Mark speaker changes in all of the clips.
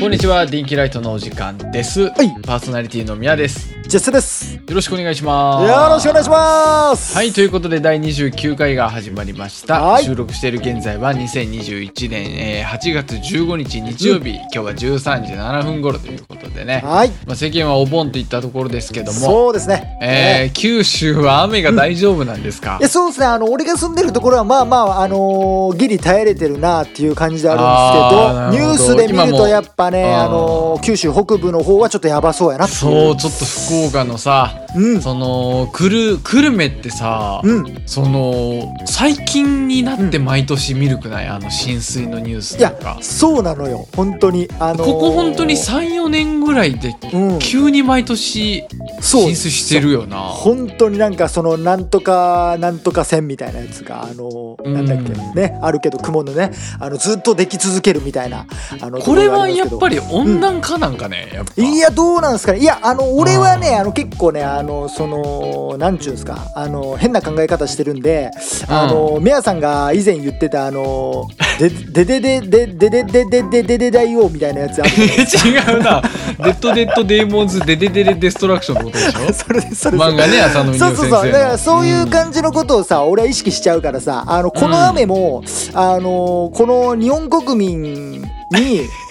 Speaker 1: こんにちは、電気ライトのお時間です。
Speaker 2: はい
Speaker 1: パーソナリティの宮です。よ
Speaker 2: ジェスです。よ
Speaker 1: ろしくお願いします。
Speaker 2: ろしくお願いします。
Speaker 1: はい、ということで第29回が始まりました。
Speaker 2: はい
Speaker 1: 収録している現在は2021年、えー8月15日日曜日、今日は13時7分頃ということでね、
Speaker 2: はい。
Speaker 1: まあ、世間はお盆といったところですけども、
Speaker 2: そうですね。
Speaker 1: えー九州は雨が大丈夫なんですか
Speaker 2: いやそうですね、あの俺が住んでるところは、まあまあ、あのーギリ耐えれてるなっていう感じであ
Speaker 1: あー
Speaker 2: るんですけど、
Speaker 1: なるほ
Speaker 2: ニ
Speaker 1: ど
Speaker 2: ュースで見る
Speaker 1: 今も
Speaker 2: と、やっぱね、
Speaker 1: あー
Speaker 2: あのー九州北部の方はちょっとやばそうやなっていう
Speaker 1: そう、ちょっと福岡のさ、
Speaker 2: うん、
Speaker 1: その、くる、久留米ってさ、
Speaker 2: うん、
Speaker 1: その最近になって毎年見るくない、あの浸水のニュース
Speaker 2: い
Speaker 1: と
Speaker 2: や
Speaker 1: か、
Speaker 2: そうなのよ、本当に、あのー
Speaker 1: ここ本当に34年ぐらいで
Speaker 2: うん、
Speaker 1: 急に毎年
Speaker 2: そう
Speaker 1: 浸水してるよな
Speaker 2: 本当になんかそのなんとかなんとか線みたいなやつがあの
Speaker 1: うん
Speaker 2: なんだっけねあるけど雲のねあのずっとでき続けるみたいなあの
Speaker 1: これはやっぱ
Speaker 2: り
Speaker 1: り温暖化なんかね、やっぱ
Speaker 2: いやどうなんですかねいやあの俺はね
Speaker 1: あー
Speaker 2: あの結構ねあのそのなんちゅうんですかあの変な考え方してるんであのメアさんが以前言ってたあのででででででででででで大王みたいなやつある
Speaker 1: 違うな「デッド・デッド・デーモンズ・デデデデ・デストラクション」のことでしょ
Speaker 2: それですそれです
Speaker 1: 漫画ね浅野美
Speaker 2: そ
Speaker 1: 代
Speaker 2: う
Speaker 1: 先
Speaker 2: そう
Speaker 1: 生の
Speaker 2: そうだからそういう
Speaker 1: うん
Speaker 2: 感じのことをさ、俺は意識しちゃうからさあのこの雨も、あのこの日本国 民に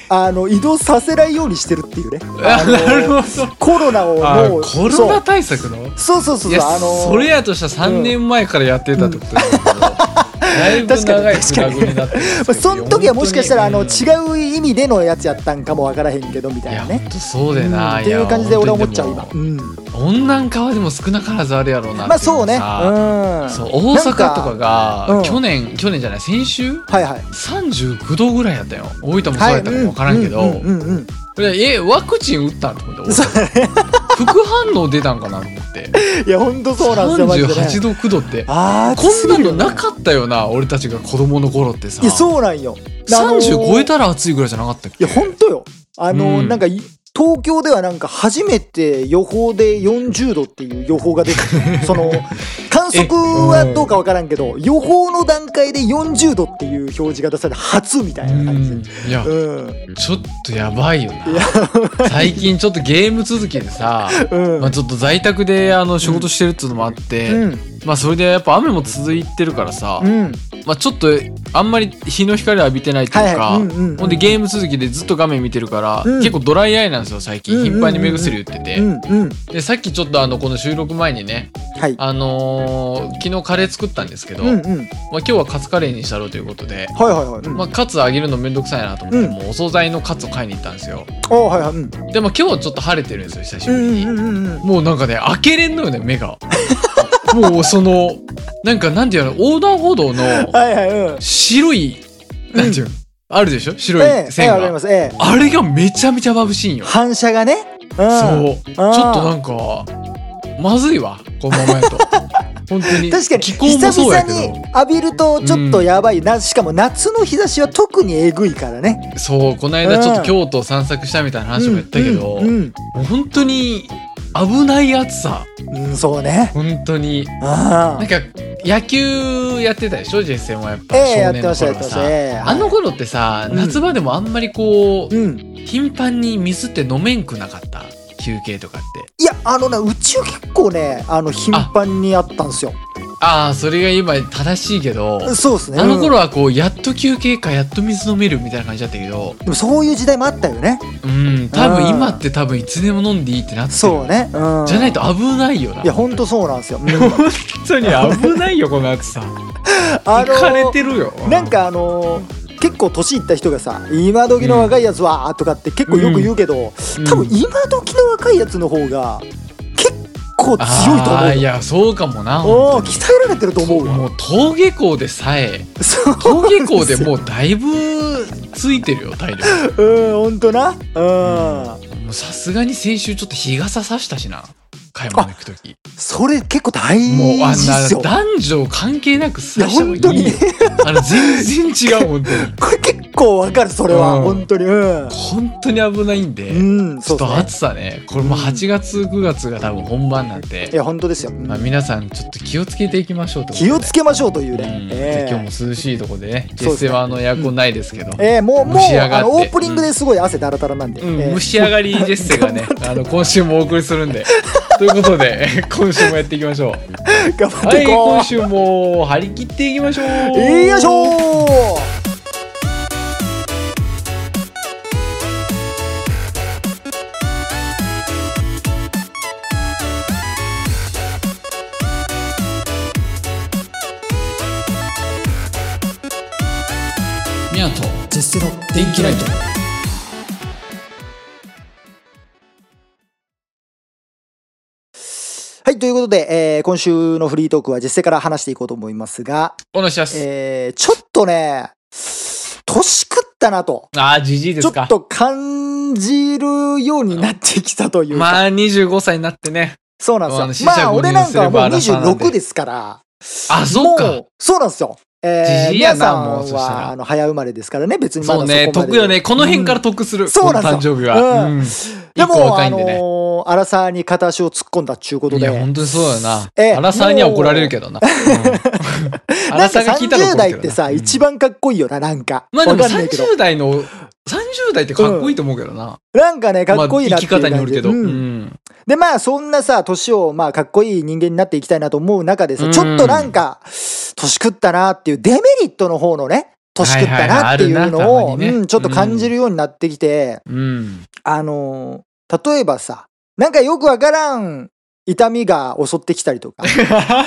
Speaker 2: あの移動させないようにしてるっていうね
Speaker 1: あ
Speaker 2: あの
Speaker 1: なるほど
Speaker 2: コロナを
Speaker 1: あ
Speaker 2: もう
Speaker 1: コロナ対策の
Speaker 2: そうそうそうそう
Speaker 1: いや、
Speaker 2: あの
Speaker 1: それやとしたら3年前からやってたってことだけど、だいぶ長い
Speaker 2: 確
Speaker 1: フ
Speaker 2: か
Speaker 1: ラ
Speaker 2: に
Speaker 1: グになってるんです
Speaker 2: ま
Speaker 1: けど
Speaker 2: あその時はもしかしたらあの
Speaker 1: うん
Speaker 2: 違う意味でのやつやったんかもわからへんけどみた
Speaker 1: い
Speaker 2: い
Speaker 1: や
Speaker 2: な
Speaker 1: 本
Speaker 2: ね。
Speaker 1: 当そうだよな、
Speaker 2: うんっていう感じで俺は思っちゃう
Speaker 1: や
Speaker 2: 今
Speaker 1: 本。当
Speaker 2: う
Speaker 1: に
Speaker 2: ん、
Speaker 1: でも温暖化はでも少なからずあるやろうな
Speaker 2: まあそうね。うん。
Speaker 1: っていのが
Speaker 2: は
Speaker 1: そう大阪とかが
Speaker 2: なんかうん
Speaker 1: 去年、去年じゃない先週
Speaker 2: いはい。
Speaker 1: 39度ぐらいやったよ大分もそう
Speaker 2: はい。
Speaker 1: やったかも分からんけど、
Speaker 2: うんうんうんうん
Speaker 1: でえワクチン打ったんと思って
Speaker 2: そう
Speaker 1: 大阪副反応出たんかなと思って
Speaker 2: いや本当そうなんですよマジで、ね。
Speaker 1: 38度9度って
Speaker 2: あー
Speaker 1: こんな
Speaker 2: 暑い
Speaker 1: の
Speaker 2: よね
Speaker 1: なかったよな俺たちが子供の頃ってさ
Speaker 2: いやそうなんよ。
Speaker 1: 30超え
Speaker 2: い
Speaker 1: たら暑いぐらいじゃなかったっけ
Speaker 2: や本当よ。あのー
Speaker 1: うん
Speaker 2: なんかい東京ではなんか初めて予報で40度っていう予報が 出てその観測はどうかわからんけど予報の段階で40度っていう表示が出されて初みたいな感じで。
Speaker 1: いや
Speaker 2: うん
Speaker 1: ちょっとやばいよない
Speaker 2: や
Speaker 1: 最近ちょっとゲーム続きでさ
Speaker 2: うん
Speaker 1: まあちょっと在宅であの仕事してるっていうのもあって、
Speaker 2: うん
Speaker 1: まあそれでやっぱ雨も続いてるからさ、
Speaker 2: うん
Speaker 1: まあちょっとあんまり日の光浴びてないって
Speaker 2: はい
Speaker 1: いう
Speaker 2: は
Speaker 1: か、
Speaker 2: いうんうんうん
Speaker 1: ほんでゲーム続きでずっと画面見てるから、
Speaker 2: うん
Speaker 1: 結構ドライアイなんですよ最近
Speaker 2: うんうんうん
Speaker 1: 頻繁に目薬打ってて、
Speaker 2: うんうん
Speaker 1: でさっきちょっとあのこの収録前にね
Speaker 2: はい
Speaker 1: あのー昨日カレー作ったんですけど、
Speaker 2: うんう
Speaker 1: ま
Speaker 2: ん
Speaker 1: あ、
Speaker 2: はい
Speaker 1: 今日はカツカレーにしたろうということで、
Speaker 2: はいはいうん
Speaker 1: まあ、カツ揚げるのめんどくさいなと思って、
Speaker 2: うん
Speaker 1: もうお惣菜のカツを買いに行ったんですよ
Speaker 2: あはいはいうん
Speaker 1: でも今日はちょっと晴れてるんですよ久し
Speaker 2: う
Speaker 1: ぶり
Speaker 2: ん
Speaker 1: に、
Speaker 2: うんうんうん
Speaker 1: もうなんかね開けれんのよね目が もうそのなんかなんていうの横断歩道の
Speaker 2: はいはいうん
Speaker 1: 白いなんていうの、あるでしょ白
Speaker 2: え
Speaker 1: い
Speaker 2: えええ
Speaker 1: 線
Speaker 2: わかり
Speaker 1: が、
Speaker 2: ますええ
Speaker 1: あれがめちゃめちゃ眩しいんよ、
Speaker 2: 反射がねうん
Speaker 1: そうちょっと
Speaker 2: ん
Speaker 1: なんかまずいわこのままや と本当に
Speaker 2: 確かに
Speaker 1: 気候も
Speaker 2: 久
Speaker 1: そう
Speaker 2: 々
Speaker 1: やけど
Speaker 2: に浴びるとちょっとやばいな、しかも夏の日差しは特にえぐいからね
Speaker 1: そうこの間ちょっと京都散策したみたいな話も言ったけど、
Speaker 2: うんうん
Speaker 1: もう本当に危ない暑さ
Speaker 2: うんうんそうね
Speaker 1: 本当に
Speaker 2: あ
Speaker 1: な
Speaker 2: あ
Speaker 1: んか野球やってたでしょ実戦はやっぱ
Speaker 2: ええ
Speaker 1: 少
Speaker 2: やって
Speaker 1: 年の
Speaker 2: まし
Speaker 1: 頃はさ
Speaker 2: たやってましたええ
Speaker 1: あの頃ってさ
Speaker 2: うん
Speaker 1: 夏場でもあんまりこう
Speaker 2: うん
Speaker 1: 頻繁に水って飲めんくなかった休憩とかって
Speaker 2: いやあのねうちは結構ねあの頻繁にあったんですよ
Speaker 1: ああそれが今正しいけど
Speaker 2: そうですね
Speaker 1: あの頃
Speaker 2: は、
Speaker 1: はこうやっと休憩かやっと水飲めるみたいな感じだったけど
Speaker 2: うんでもそういう時代もあったよね
Speaker 1: うん多分
Speaker 2: あー
Speaker 1: 今って多分いつでも飲んでいいってなってる
Speaker 2: そうね、うん、
Speaker 1: じゃないと危ないよない
Speaker 2: やほんとそうなんですよ、うん
Speaker 1: 本当に危ないよこの暑さ
Speaker 2: あの
Speaker 1: 行かれてるよ
Speaker 2: なんかあのー結構年いった人がさ今時の若いやつはとかって結構よく言うけど、多分今時の若いやつの方が結構強いと
Speaker 1: あ
Speaker 2: 思
Speaker 1: ー
Speaker 2: う
Speaker 1: い
Speaker 2: よ
Speaker 1: やそうかもな
Speaker 2: お
Speaker 1: 本
Speaker 2: ー鍛えられてると思
Speaker 1: 当
Speaker 2: う
Speaker 1: に
Speaker 2: わ
Speaker 1: もう登下校でさえ
Speaker 2: そう
Speaker 1: 登下校でもうだいぶついてるよ体力
Speaker 2: うんほんとなうん
Speaker 1: もうさすがに先週ちょっと日傘さしたしな買い物行く時
Speaker 2: それ結構大
Speaker 1: もうあん
Speaker 2: 事っ
Speaker 1: な
Speaker 2: すよ
Speaker 1: 男女関係なく
Speaker 2: い
Speaker 1: さ
Speaker 2: や
Speaker 1: した方
Speaker 2: 本当
Speaker 1: がいい
Speaker 2: に
Speaker 1: よ
Speaker 2: ね
Speaker 1: あれ全然違う本当に
Speaker 2: これ結構わかるそれは、
Speaker 1: うん
Speaker 2: 本当にうん、
Speaker 1: 本当に危ないんで、
Speaker 2: うん、
Speaker 1: ち
Speaker 2: そ
Speaker 1: ょ
Speaker 2: う
Speaker 1: っと
Speaker 2: ですね
Speaker 1: 暑さねこれも8月9月が多分本番なんで
Speaker 2: い、や本当ですよ、うん
Speaker 1: まあ、皆さんちょっと気をつけていきましょうってことで
Speaker 2: 気をつけましょうというね、
Speaker 1: うん
Speaker 2: え
Speaker 1: で
Speaker 2: え
Speaker 1: 今日も涼しいとこでね
Speaker 2: そ
Speaker 1: 実
Speaker 2: うですね
Speaker 1: 際はあのエアコンないですけど、
Speaker 2: ええもうもう
Speaker 1: 蒸し上がって
Speaker 2: あのオープニングですごい汗だらだらなんで、
Speaker 1: うん
Speaker 2: ええ
Speaker 1: 蒸し上がりジェッセがねあの今週もお送りするんでということで 今週もやっていきましょう
Speaker 2: 頑張っ
Speaker 1: は
Speaker 2: て
Speaker 1: い
Speaker 2: いこう、
Speaker 1: 今週も張り切っていきましょう
Speaker 2: よいしょー
Speaker 1: みやと
Speaker 2: ジェスの
Speaker 1: 電気ライト
Speaker 2: はいということで、えー今週のフリートークは実践から話していこうと思いますが、
Speaker 1: お願いします、
Speaker 2: えーちょっとね年食ったなと
Speaker 1: あーじじいで
Speaker 2: ちょ
Speaker 1: す
Speaker 2: っ
Speaker 1: か
Speaker 2: と感じるようになってきたというか、
Speaker 1: まあ25歳になってね
Speaker 2: そうなん
Speaker 1: あの
Speaker 2: です
Speaker 1: 四
Speaker 2: よま
Speaker 1: 捨
Speaker 2: あ
Speaker 1: 五入
Speaker 2: 俺なんかはもう
Speaker 1: すれば荒川なんで
Speaker 2: 26ですから
Speaker 1: あそう
Speaker 2: も
Speaker 1: か
Speaker 2: うそうなんですよえー、
Speaker 1: じじい
Speaker 2: 皆
Speaker 1: や
Speaker 2: さ
Speaker 1: なんもうそした
Speaker 2: は
Speaker 1: ら
Speaker 2: あの早生まれですからね別にまだ
Speaker 1: そうね
Speaker 2: こまで
Speaker 1: 得よねこの辺から得する、
Speaker 2: んそうなんです
Speaker 1: この誕生日は、
Speaker 2: う
Speaker 1: うんん
Speaker 2: で
Speaker 1: 一個
Speaker 2: も、
Speaker 1: 若
Speaker 2: あ
Speaker 1: いん
Speaker 2: の
Speaker 1: でね
Speaker 2: ー、荒沢に片足を突っ込んだっちゅうこと
Speaker 1: い
Speaker 2: で、
Speaker 1: や本当にそうだよな
Speaker 2: ええ
Speaker 1: 荒沢には怒られるけどなうん
Speaker 2: なんか
Speaker 1: 荒沢が聞いたら怒るけどな
Speaker 2: 30代ってさ、
Speaker 1: うん
Speaker 2: 一番かっこいいよな、なんか。
Speaker 1: まあでも
Speaker 2: わかんないけど。
Speaker 1: 30代の30代ってかっこいいと思うけどな、
Speaker 2: なんかね、かっこいい
Speaker 1: ま
Speaker 2: な
Speaker 1: あ、生
Speaker 2: って
Speaker 1: き
Speaker 2: いう感
Speaker 1: 方
Speaker 2: じ
Speaker 1: によるけど、
Speaker 2: うん
Speaker 1: うん
Speaker 2: で、まあそんなさ、年を、まあかっこいい人間になっていきたいなと思う中でさ、
Speaker 1: うん
Speaker 2: ちょっとなんか、年食ったなっていうデメリットの方のね、年食ったなっていう
Speaker 1: はいはいはいあるな
Speaker 2: の
Speaker 1: た
Speaker 2: を、
Speaker 1: まにね
Speaker 2: うん、ちょっと感じるようになってきて、
Speaker 1: うん
Speaker 2: あのー、例えばさ、なんかよくわからん痛みが襲ってきたりとか。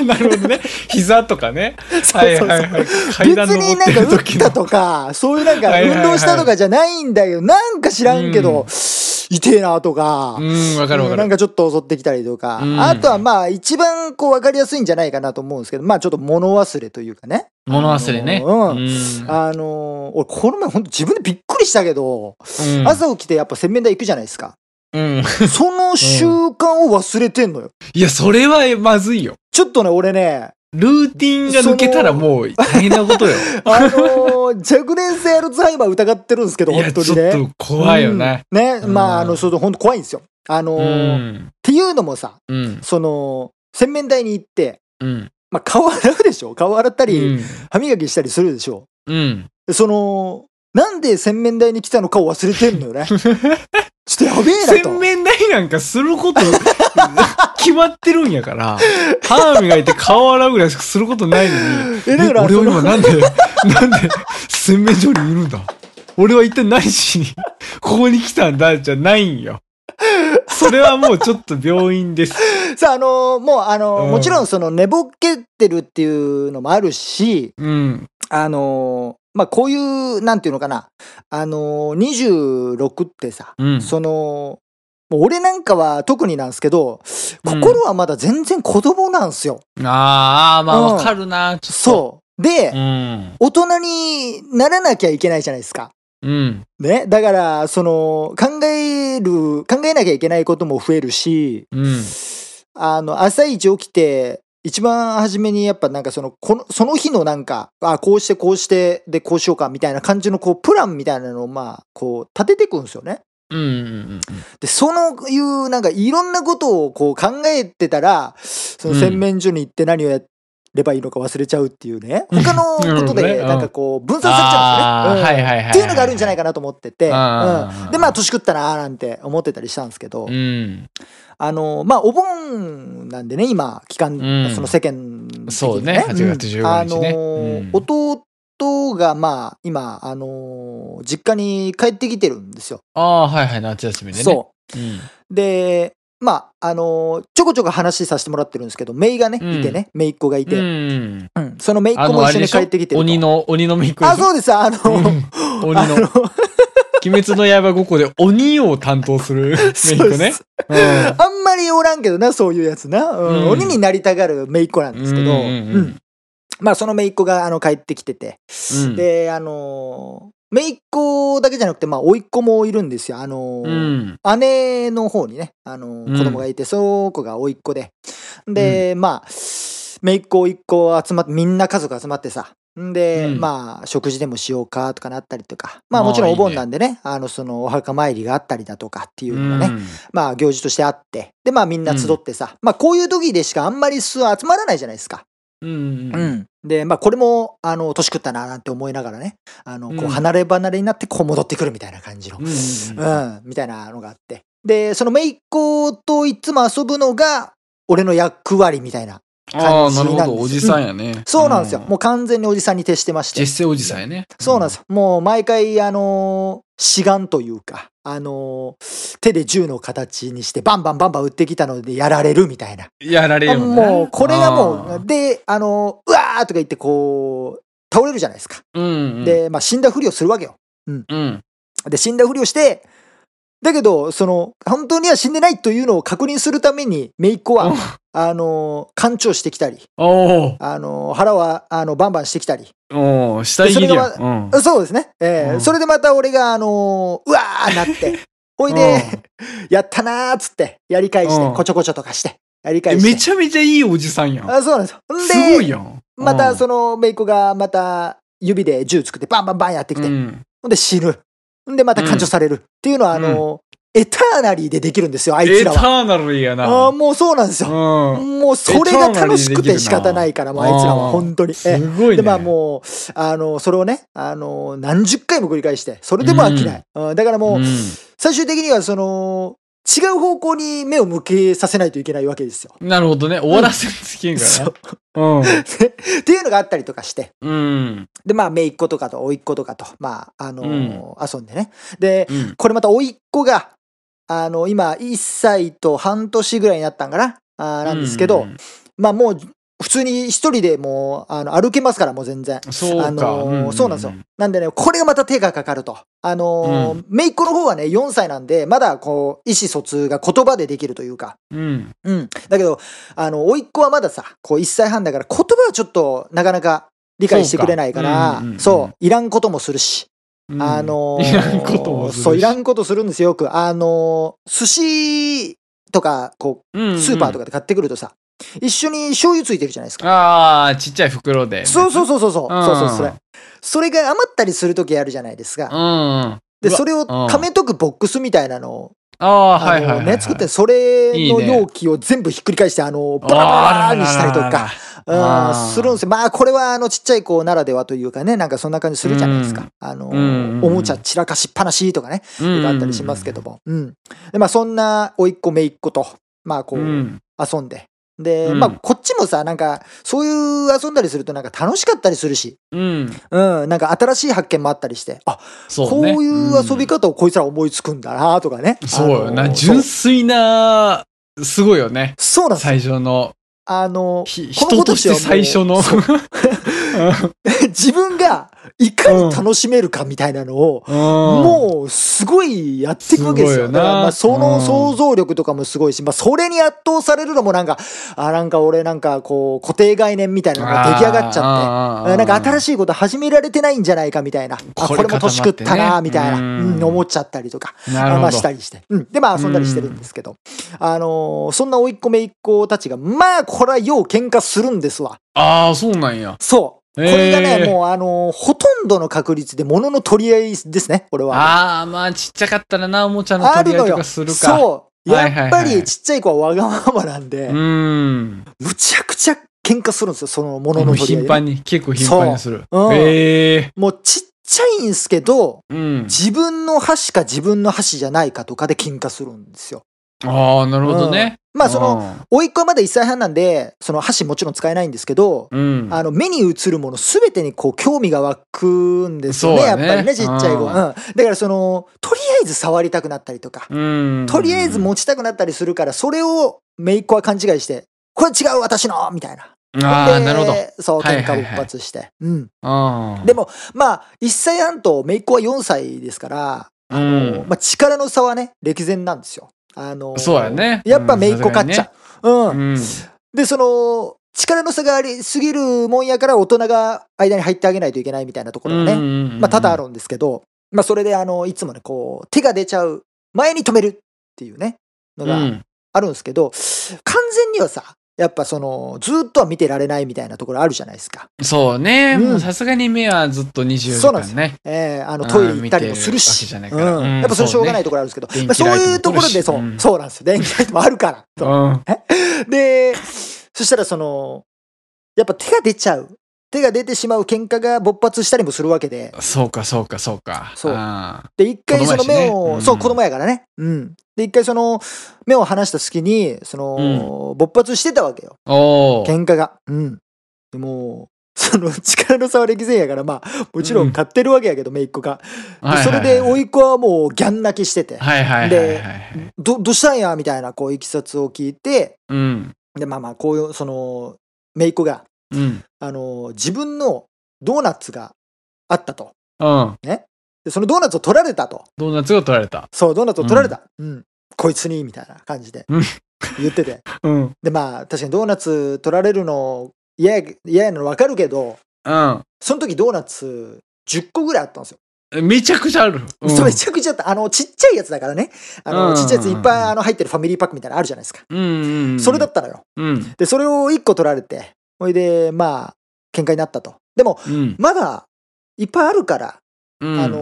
Speaker 1: なるほどね膝とかね
Speaker 2: そう そ う
Speaker 1: はい
Speaker 2: そう
Speaker 1: はいはい
Speaker 2: 別
Speaker 1: 階段登
Speaker 2: に
Speaker 1: っ
Speaker 2: なん
Speaker 1: て
Speaker 2: か
Speaker 1: る
Speaker 2: 打っ
Speaker 1: 時
Speaker 2: た
Speaker 1: の
Speaker 2: とか、そういうなんか
Speaker 1: はいはいは
Speaker 2: 運
Speaker 1: い
Speaker 2: 動したとかじゃないんだよ。なんか知らんけ
Speaker 1: う
Speaker 2: ど
Speaker 1: ん、
Speaker 2: 痛えなとか
Speaker 1: う。んわかるわか
Speaker 2: なん
Speaker 1: る
Speaker 2: かちょっと襲ってきたりとか、
Speaker 1: うん
Speaker 2: あとはまあ一番こう分かりやすいんじゃないかなと思うんですけどまあちょっと物忘れというかね
Speaker 1: 物忘れね、
Speaker 2: あのーうん
Speaker 1: うん
Speaker 2: あのー俺この前ほんと自分でびっくりしたけど、
Speaker 1: うん
Speaker 2: 朝起きてやっぱ洗面台行くじゃないですか
Speaker 1: うん
Speaker 2: その習慣を忘れてんのよ、
Speaker 1: いやそれはまずいよ
Speaker 2: ちょっとね俺ね
Speaker 1: ルーティンが抜けたらもう大変なこと よ。
Speaker 2: あのー若年性アルツハイマー疑ってるんですけど
Speaker 1: いや
Speaker 2: 本当に
Speaker 1: ち
Speaker 2: ね
Speaker 1: ょっと怖いよね。
Speaker 2: うんね、
Speaker 1: うん
Speaker 2: まあ、あの、そうそう、本当怖いんですよ。あの
Speaker 1: う
Speaker 2: ーっ
Speaker 1: ん。
Speaker 2: ていうのもさ、
Speaker 1: うん。
Speaker 2: その、洗面台に行って、
Speaker 1: うん。
Speaker 2: まあ、顔洗うでしょ顔洗った
Speaker 1: う
Speaker 2: り、
Speaker 1: ん
Speaker 2: 歯磨きしたりするでしょ
Speaker 1: うん。
Speaker 2: でその、なんで洗面台に来たのかを忘れてんの よね。ちょっとやべえな
Speaker 1: 洗
Speaker 2: と。
Speaker 1: 面台なんかすること決まってるんやから、歯磨いて顔洗うぐらいしかすることないのに、
Speaker 2: え、
Speaker 1: え
Speaker 2: だから、
Speaker 1: 俺
Speaker 2: そ
Speaker 1: は
Speaker 2: の
Speaker 1: 今なんで、なんで洗面所にいるんだ俺は一体何しに、ここに来たんだじゃないんよ。それはもうちょっと病院です。
Speaker 2: さあ、あのーもう、あのー
Speaker 1: うん
Speaker 2: もちろん、その、寝ぼけてるっていうのもあるし、
Speaker 1: うん。
Speaker 2: あのーまあ、こういう、なんていうのかな、あのー、26ってさ、
Speaker 1: うん。
Speaker 2: その、もう俺なんかは特になんですけど、
Speaker 1: うん
Speaker 2: 心はまだ全然子供なんですよ。
Speaker 1: ああ、まあ
Speaker 2: うん
Speaker 1: わかるな、ちょっと。
Speaker 2: そう。で、
Speaker 1: うん。
Speaker 2: 大人にならなきゃいけないじゃないですか。
Speaker 1: うん。
Speaker 2: ね。だから、その、考える、考えなきゃいけないことも増えるし、
Speaker 1: うん。
Speaker 2: あの、朝一起きて、一番初めにやっぱなんかその、この、その日のなんか、あ、こうしてこうして、で、こうしようかみたいな感じのこう、プランみたいなのをまあ、こう、立てていくんですよね。
Speaker 1: うんうん
Speaker 2: で、そのいう、なんかいろんなことをこう考えてたら、その
Speaker 1: うん
Speaker 2: 洗面所に行って何をやればいいのか忘れちゃうっていうね。他 の
Speaker 1: なる
Speaker 2: こ
Speaker 1: ほ
Speaker 2: と
Speaker 1: どね
Speaker 2: で、
Speaker 1: うん
Speaker 2: なんかこう、分
Speaker 1: うん。
Speaker 2: 散されちゃうんですよね。うん
Speaker 1: はいはいはい。
Speaker 2: っていうのがあるんじゃないかなと思ってて、うん、で、
Speaker 1: あー
Speaker 2: まあ、年食ったなーなんて思ってたりしたんですけど、
Speaker 1: うん。
Speaker 2: あの、まあ、お盆なんでね、今、期間、
Speaker 1: うん
Speaker 2: その世間的に、
Speaker 1: そうね8月
Speaker 2: うん
Speaker 1: 15日ね
Speaker 2: あのー
Speaker 1: うん
Speaker 2: 弟が、まあ、今、あのー実家に帰ってきてるんですよ。
Speaker 1: ああ、はいはい、夏休みでね。
Speaker 2: そう。
Speaker 1: うん。
Speaker 2: で、まあ、あのーちょこちょこ話させてもらってるんですけど、姪がね、
Speaker 1: うん
Speaker 2: いてね、姪っ子がいて、
Speaker 1: う
Speaker 2: うん
Speaker 1: ん。
Speaker 2: その姪っ
Speaker 1: あ
Speaker 2: 子
Speaker 1: の、
Speaker 2: も
Speaker 1: あ
Speaker 2: 一緒
Speaker 1: れで
Speaker 2: に
Speaker 1: し
Speaker 2: 帰
Speaker 1: ょ
Speaker 2: ってきてると
Speaker 1: 鬼の、鬼のみく
Speaker 2: あ、そうです、あの
Speaker 1: うん
Speaker 2: ー、
Speaker 1: 鬼
Speaker 2: あ
Speaker 1: の、鬼滅の刃5個で鬼を担当するメイ
Speaker 2: そう
Speaker 1: ク
Speaker 2: で
Speaker 1: ね。
Speaker 2: す。あんまりおらんけどな、そういうやつな。うん
Speaker 1: うん
Speaker 2: 鬼になりたがる姪っ子なん
Speaker 1: う
Speaker 2: ですけど、
Speaker 1: う
Speaker 2: うんんまあ、その姪っ子があの帰ってきてて、
Speaker 1: うん。
Speaker 2: で、あのー、姪っ子だけじゃなくて、まあ、甥っ子もいるんですよ。あのー
Speaker 1: うん。
Speaker 2: 姉の方にね、あの、
Speaker 1: うん
Speaker 2: 子供がいて、その子が甥っ子で。で、まあ、姪っ子、甥っ子集まって、みんな家族集まってさ、んで、
Speaker 1: うん
Speaker 2: まあ食事でもしようかとかなったりとかまあもちろん
Speaker 1: あー
Speaker 2: お
Speaker 1: いいね
Speaker 2: 盆なんでねあのそのお墓参りがあったりだとかっていうのがね、
Speaker 1: ん
Speaker 2: まあ行事としてあってでまあみんな集ってさ、まあこういう時でしかあんまりす集まらないじゃないですか。
Speaker 1: うん
Speaker 2: う。ん、でまあこれもあの年食ったななんて思いながらねあのこ
Speaker 1: う
Speaker 2: うん離れ離れになってこう戻ってくるみたいな感じの、
Speaker 1: うん
Speaker 2: うんみたいなのがあってでその姪っ子といつも遊ぶのが俺の役割みたいな
Speaker 1: ああ、
Speaker 2: 感じ
Speaker 1: な
Speaker 2: な
Speaker 1: る
Speaker 2: んです
Speaker 1: ほど。おじさんやね。
Speaker 2: そうなんですよ、も
Speaker 1: う、
Speaker 2: う完全におじさんに徹してまして
Speaker 1: 実世おじさんやね。
Speaker 2: そうなんですよ。もう毎回、あのー志願というか、あのー手で銃の形にして、バンバンバンバン撃ってきたのでやられるみたいな。
Speaker 1: うん。やられるよね。
Speaker 2: もう、これがも
Speaker 1: あ
Speaker 2: う、
Speaker 1: ー、
Speaker 2: で、あのーうわーとか言って、こう、倒れるじゃないですか。
Speaker 1: うんうん。
Speaker 2: で、まあ、死んだふりをするわけよ。
Speaker 1: うん。
Speaker 2: で、死んだふりをして、だけど、その、本当には死んでないというのを確認するために、姪っ子
Speaker 1: うん
Speaker 2: は、あのー、勘調してきたり、
Speaker 1: おー
Speaker 2: あのー腹は、あの、バンバンしてきたり、
Speaker 1: おー下着切りやん。うん
Speaker 2: そうですね。えー
Speaker 1: うん
Speaker 2: それでまた俺が、あのーうわーなって、 ほいで、やったなーっつって、やり返して、
Speaker 1: うん
Speaker 2: こちょこちょとかして、やり
Speaker 1: え
Speaker 2: 返して。
Speaker 1: めちゃめちゃいいおじさんやん。
Speaker 2: あそうなんですよ。んです
Speaker 1: ごいやん。
Speaker 2: また
Speaker 1: う
Speaker 2: その、めいっ子がまた、指で銃作って、バンバンバンやってきて、
Speaker 1: ん
Speaker 2: ほんで死ぬ。ほんでまた感情される。っていうのは、あのーエターナリーでできるんですよ、あい
Speaker 1: エ
Speaker 2: つ
Speaker 1: タ
Speaker 2: らは。
Speaker 1: ーナルやな。
Speaker 2: あーもうそうなんですよ。
Speaker 1: うん。
Speaker 2: もうそれが楽しくて仕方ないから、もうあいつら
Speaker 1: う
Speaker 2: は、
Speaker 1: ん
Speaker 2: 本当に。えー
Speaker 1: すごいね。
Speaker 2: でまあもうあのそれをねあの何十回も繰り返してそれでも飽きない、うんだからもう、
Speaker 1: ん
Speaker 2: 最終的にはその違う方向に目を向けさせないといけないわけですよ。
Speaker 1: なるほどね。終わらせるつけんか
Speaker 2: そう
Speaker 1: らね。
Speaker 2: っていうのがあったりとかして
Speaker 1: うん。うん。
Speaker 2: でまあ姪っ子とかと甥っ子とかとまああの、
Speaker 1: うん
Speaker 2: 遊んでねで
Speaker 1: うん。
Speaker 2: これまた甥っ子があの今1歳と半年ぐらいになったんかなあーなんですけど、
Speaker 1: うん
Speaker 2: まあもう普通に一人でもうあの歩けますからもう全然。
Speaker 1: そうか。
Speaker 2: あのー
Speaker 1: う
Speaker 2: そうなんですよ。なんでね、これがまた手がかかると。あのー
Speaker 1: う
Speaker 2: 姪っ子の方はね、4歳なんで、まだこう、意思疎通が言葉でできるというか。
Speaker 1: うん。
Speaker 2: うん。だけど、あの、甥っ子はまださ、こう、1歳半だから、言葉はちょっと、なかなか理解してくれないから、
Speaker 1: そうか
Speaker 2: そう,、
Speaker 1: うんうんうん
Speaker 2: いらんこともするし。
Speaker 1: うん
Speaker 2: あのー
Speaker 1: いらんこともするし。
Speaker 2: そう、いらんことするんですよ、よく。あのー寿司とか、こう、スーパー
Speaker 1: か。
Speaker 2: とかで買ってくるとさ、一緒に醤油ついてるじゃないですか。
Speaker 1: ああ、ちっちゃい袋で。。
Speaker 2: そうそううそうそうそう、
Speaker 1: うん
Speaker 2: そうそうそれそれが余ったりする時あるじゃないです
Speaker 1: う
Speaker 2: か、
Speaker 1: ん。あ
Speaker 2: で
Speaker 1: うわ
Speaker 2: それを
Speaker 1: うん
Speaker 2: ためとくボックスみたいなのを
Speaker 1: あー、
Speaker 2: あ
Speaker 1: はいはいはい
Speaker 2: の
Speaker 1: はい。
Speaker 2: ね作ってそれ
Speaker 1: いい
Speaker 2: の
Speaker 1: ね
Speaker 2: 容器を全部ひっくり返してあのバラバラにしたりとか
Speaker 1: あらららら
Speaker 2: うんするんですよまあこれはあのちっちゃい子ならではというかねなんかそんな感じするじゃないですかあの
Speaker 1: うん
Speaker 2: おもちゃ散らかしっぱなしとかね
Speaker 1: うん
Speaker 2: あったりしますけど。もうんでまあそんな甥っ子姪っ子とまあこ
Speaker 1: う。
Speaker 2: うん遊んで。で、
Speaker 1: うん
Speaker 2: まあ、こっちもさ、なんか、そういう遊んだりすると、なんか楽しかったりするし、
Speaker 1: うん。
Speaker 2: うん、なんか新しい発見もあったりして、あ、
Speaker 1: そう
Speaker 2: こう
Speaker 1: ね。
Speaker 2: いう遊び方をこいつら思いつくんだなとかね。
Speaker 1: うん。そうよ
Speaker 2: あ
Speaker 1: な。
Speaker 2: の
Speaker 1: 純粋な、すごいよね。
Speaker 2: そうそうなんですよ。
Speaker 1: 最初の。
Speaker 2: あの、
Speaker 1: ひ
Speaker 2: この
Speaker 1: 人
Speaker 2: 子
Speaker 1: と
Speaker 2: た
Speaker 1: し
Speaker 2: ちは
Speaker 1: て
Speaker 2: もう
Speaker 1: 最初の。
Speaker 2: そう 自分がいかに楽しめるかみたいなのを、
Speaker 1: も
Speaker 2: もうすごいやっていくわけですよ。
Speaker 1: すごいよな
Speaker 2: だからまあそうの
Speaker 1: ん
Speaker 2: 想像力とかもすごいし、まあそれに圧倒されるのもなんか、あ、なんか俺なんかこう固定概念みたいなのが出来上がっちゃって。
Speaker 1: ゃ
Speaker 2: なんか新
Speaker 1: しい。
Speaker 2: しいこと始められてないんじゃないかみたいな。あこ
Speaker 1: こ
Speaker 2: れ
Speaker 1: れ
Speaker 2: も年食ったな、
Speaker 1: 固まってね
Speaker 2: みたいな、
Speaker 1: うん
Speaker 2: うん思っちゃったりとか、
Speaker 1: なる
Speaker 2: ま
Speaker 1: ほ
Speaker 2: あ、し
Speaker 1: ど。
Speaker 2: たりして。うん。で、まあ遊んだりしてるんですけど。あのーそんな甥いっ子めいっ子たちが、まあこれはよう喧嘩するんですわ。
Speaker 1: ああ、そうなんや。
Speaker 2: そう。こ
Speaker 1: へー
Speaker 2: れがね、もうあのーほとんどの確率で物の取り合いですね、これは。
Speaker 1: ああ、まあちっちゃかったらな、おもちゃの
Speaker 2: あ
Speaker 1: 取り
Speaker 2: る
Speaker 1: 合
Speaker 2: の
Speaker 1: いと
Speaker 2: よ。
Speaker 1: かするか。う。
Speaker 2: そう。
Speaker 1: は
Speaker 2: や
Speaker 1: いはいはい
Speaker 2: っぱりちっちゃい子はわがままなんで、
Speaker 1: ん。
Speaker 2: むちゃくちゃ喧嘩するんですよ、その物
Speaker 1: も
Speaker 2: の
Speaker 1: う
Speaker 2: 取り合い
Speaker 1: 頻
Speaker 2: で。
Speaker 1: 繁に、結構頻繁にする。
Speaker 2: そううん
Speaker 1: へえ。
Speaker 2: もうちっちゃいんですけど、
Speaker 1: うん。
Speaker 2: 自分の箸か自分の箸じゃないかとかで喧嘩するんですよ。
Speaker 1: ああ、なるほどね。
Speaker 2: まあその、
Speaker 1: の、
Speaker 2: 甥っ子はまだ1歳半なんで、その箸もちろん使えないんですけど、
Speaker 1: うん。
Speaker 2: あの目に映るもの全てにこう興味が湧くんですよね
Speaker 1: そう
Speaker 2: や
Speaker 1: だね
Speaker 2: っぱりねちっちゃい
Speaker 1: う
Speaker 2: 子
Speaker 1: ん
Speaker 2: は、うん、だからそのとりあえず触りたくなったりとか、
Speaker 1: うん。
Speaker 2: とりあえず持ちたくなったりするからそれを姪っ子は勘違いして「これ違う私の!」みたいな。
Speaker 1: ああ、
Speaker 2: で
Speaker 1: なるほど。
Speaker 2: そう
Speaker 1: はい
Speaker 2: 喧
Speaker 1: はいは
Speaker 2: 嘩
Speaker 1: い
Speaker 2: 勃発して、うん、
Speaker 1: ああ。
Speaker 2: で
Speaker 1: も、
Speaker 2: もまあ1歳半と姪っ子は4歳ですから、
Speaker 1: う。
Speaker 2: もうんまあ、力の差はね歴然なんですよ。あの
Speaker 1: そうやね
Speaker 2: やっぱ姪っ子勝っちゃう。うん
Speaker 1: うん。
Speaker 2: でその力の差がありすぎるもんやから大人が間に入ってあげないといけないみたいなところがね、まあ、多々あ
Speaker 1: る。
Speaker 2: るんですけど、まあ、それであのいつもねこう手が出ちゃう前に止めるっていうねの
Speaker 1: う
Speaker 2: が
Speaker 1: ん。
Speaker 2: あるんですけど、完全にはさやっぱその、ずっとは見てられないみたいなところあるじゃないですか。
Speaker 1: そうね、
Speaker 2: うん
Speaker 1: もうさすがに目はずっと24時
Speaker 2: そうなんで
Speaker 1: 間
Speaker 2: す
Speaker 1: ね。
Speaker 2: ええあの、トイレ行ったりもするし。
Speaker 1: うん見て
Speaker 2: う
Speaker 1: るわけじゃないからうん
Speaker 2: ん。やっぱそれしょうがないところあるんですけど、
Speaker 1: そうね
Speaker 2: まあそういうところで、そう、
Speaker 1: 電気ライトも取るしうん
Speaker 2: そうなんですよ。電気ライトもあるから。
Speaker 1: う。
Speaker 2: そうんで、そしたらその、やっぱ手が出ちゃう。手が出てしまう喧嘩が勃発したりもするわけで。
Speaker 1: そうか、そうか、そうか。
Speaker 2: そう
Speaker 1: あー
Speaker 2: で、一回その目
Speaker 1: 子供やしね
Speaker 2: を、
Speaker 1: うん
Speaker 2: そう、子供やからね。うん。で、一回その、目を離した隙に、その、勃発してたわけよ。
Speaker 1: おー。
Speaker 2: 喧嘩が。うん。でもう、その、力の差は歴然やから、まあ、もちろ
Speaker 1: うんん
Speaker 2: 買ってるわけやけど、姪っ子が。で
Speaker 1: はい
Speaker 2: そ
Speaker 1: はい
Speaker 2: れ
Speaker 1: はい
Speaker 2: で、甥っ子はもう、ギャン泣きしてて、
Speaker 1: はいはいはいはいはい。
Speaker 2: ど、どうしたんやみたいな、こう、いきさつを聞いて、
Speaker 1: うん。
Speaker 2: で、まあまあ、こういう、その、姪っ子が、
Speaker 1: うん。
Speaker 2: あの、自分のドーナツがあったと。
Speaker 1: うん。
Speaker 2: で、そのドーナツを取られたと。
Speaker 1: ドーナツが取られた。
Speaker 2: そう、ドーナツを取られた。うん。こいつに、みたいな感じで
Speaker 1: うん、
Speaker 2: 言ってて。
Speaker 1: うん。うん。
Speaker 2: で、まあ、確かにドーナツ取られるの嫌や、嫌やの分かるけど、その時ドーナツ10個ぐらいあったんですよ。
Speaker 1: めちゃくちゃある。うん
Speaker 2: それめちゃくちゃあった。あの、ちっちゃいやつだからね。あ
Speaker 1: うんうんう
Speaker 2: の、
Speaker 1: ん
Speaker 2: ちっちゃいやついっぱいあの入ってるファミリーパックみたいなのあるじゃないですか。
Speaker 1: うんうんうん。
Speaker 2: それだったのよ。
Speaker 1: うん。
Speaker 2: で、それを1個取られて、ほいで、まあ、喧嘩になったと。でも、
Speaker 1: うん。
Speaker 2: まだ、いっぱいあるから、
Speaker 1: うん。
Speaker 2: あの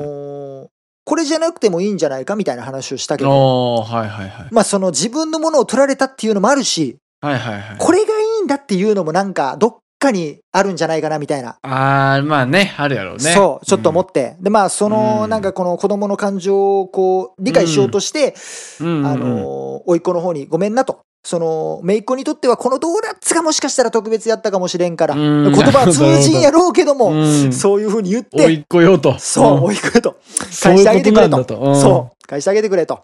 Speaker 2: ーこれじゃなくてもいいんじゃないかみたいな話をしたけど、
Speaker 1: おー、はいはいはい。
Speaker 2: まあその自分のものを取られたっていうのもあるし、
Speaker 1: はいはいはい。
Speaker 2: これがいいんだっていうのもなんかどっかにあるんじゃないかなみたいな。
Speaker 1: あー、まあね、あるやろうね。
Speaker 2: そう、ちょっと思
Speaker 1: っ
Speaker 2: って。で、まあ、その、
Speaker 1: うん
Speaker 2: なんかこの子供の感情をこう、理解しようとして、
Speaker 1: て、うんうんうん
Speaker 2: あのー、甥っ子の方にごめんなと。その、姪っ子にとってはこのドーナツがもしかしたら特別やったかもしれんから、
Speaker 1: うん
Speaker 2: 言葉は通じんやろうけど も、
Speaker 1: うん
Speaker 2: そういうふうに言っ
Speaker 1: おい
Speaker 2: て、
Speaker 1: っ子よと。
Speaker 2: そう、
Speaker 1: ん
Speaker 2: 甥っ子よと。
Speaker 1: そう
Speaker 2: 返
Speaker 1: い
Speaker 2: し
Speaker 1: う
Speaker 2: てあ
Speaker 1: こ
Speaker 2: げて
Speaker 1: と
Speaker 2: く
Speaker 1: な
Speaker 2: れ
Speaker 1: ん
Speaker 2: と
Speaker 1: だと。ん
Speaker 2: そう、返してあげてくれと。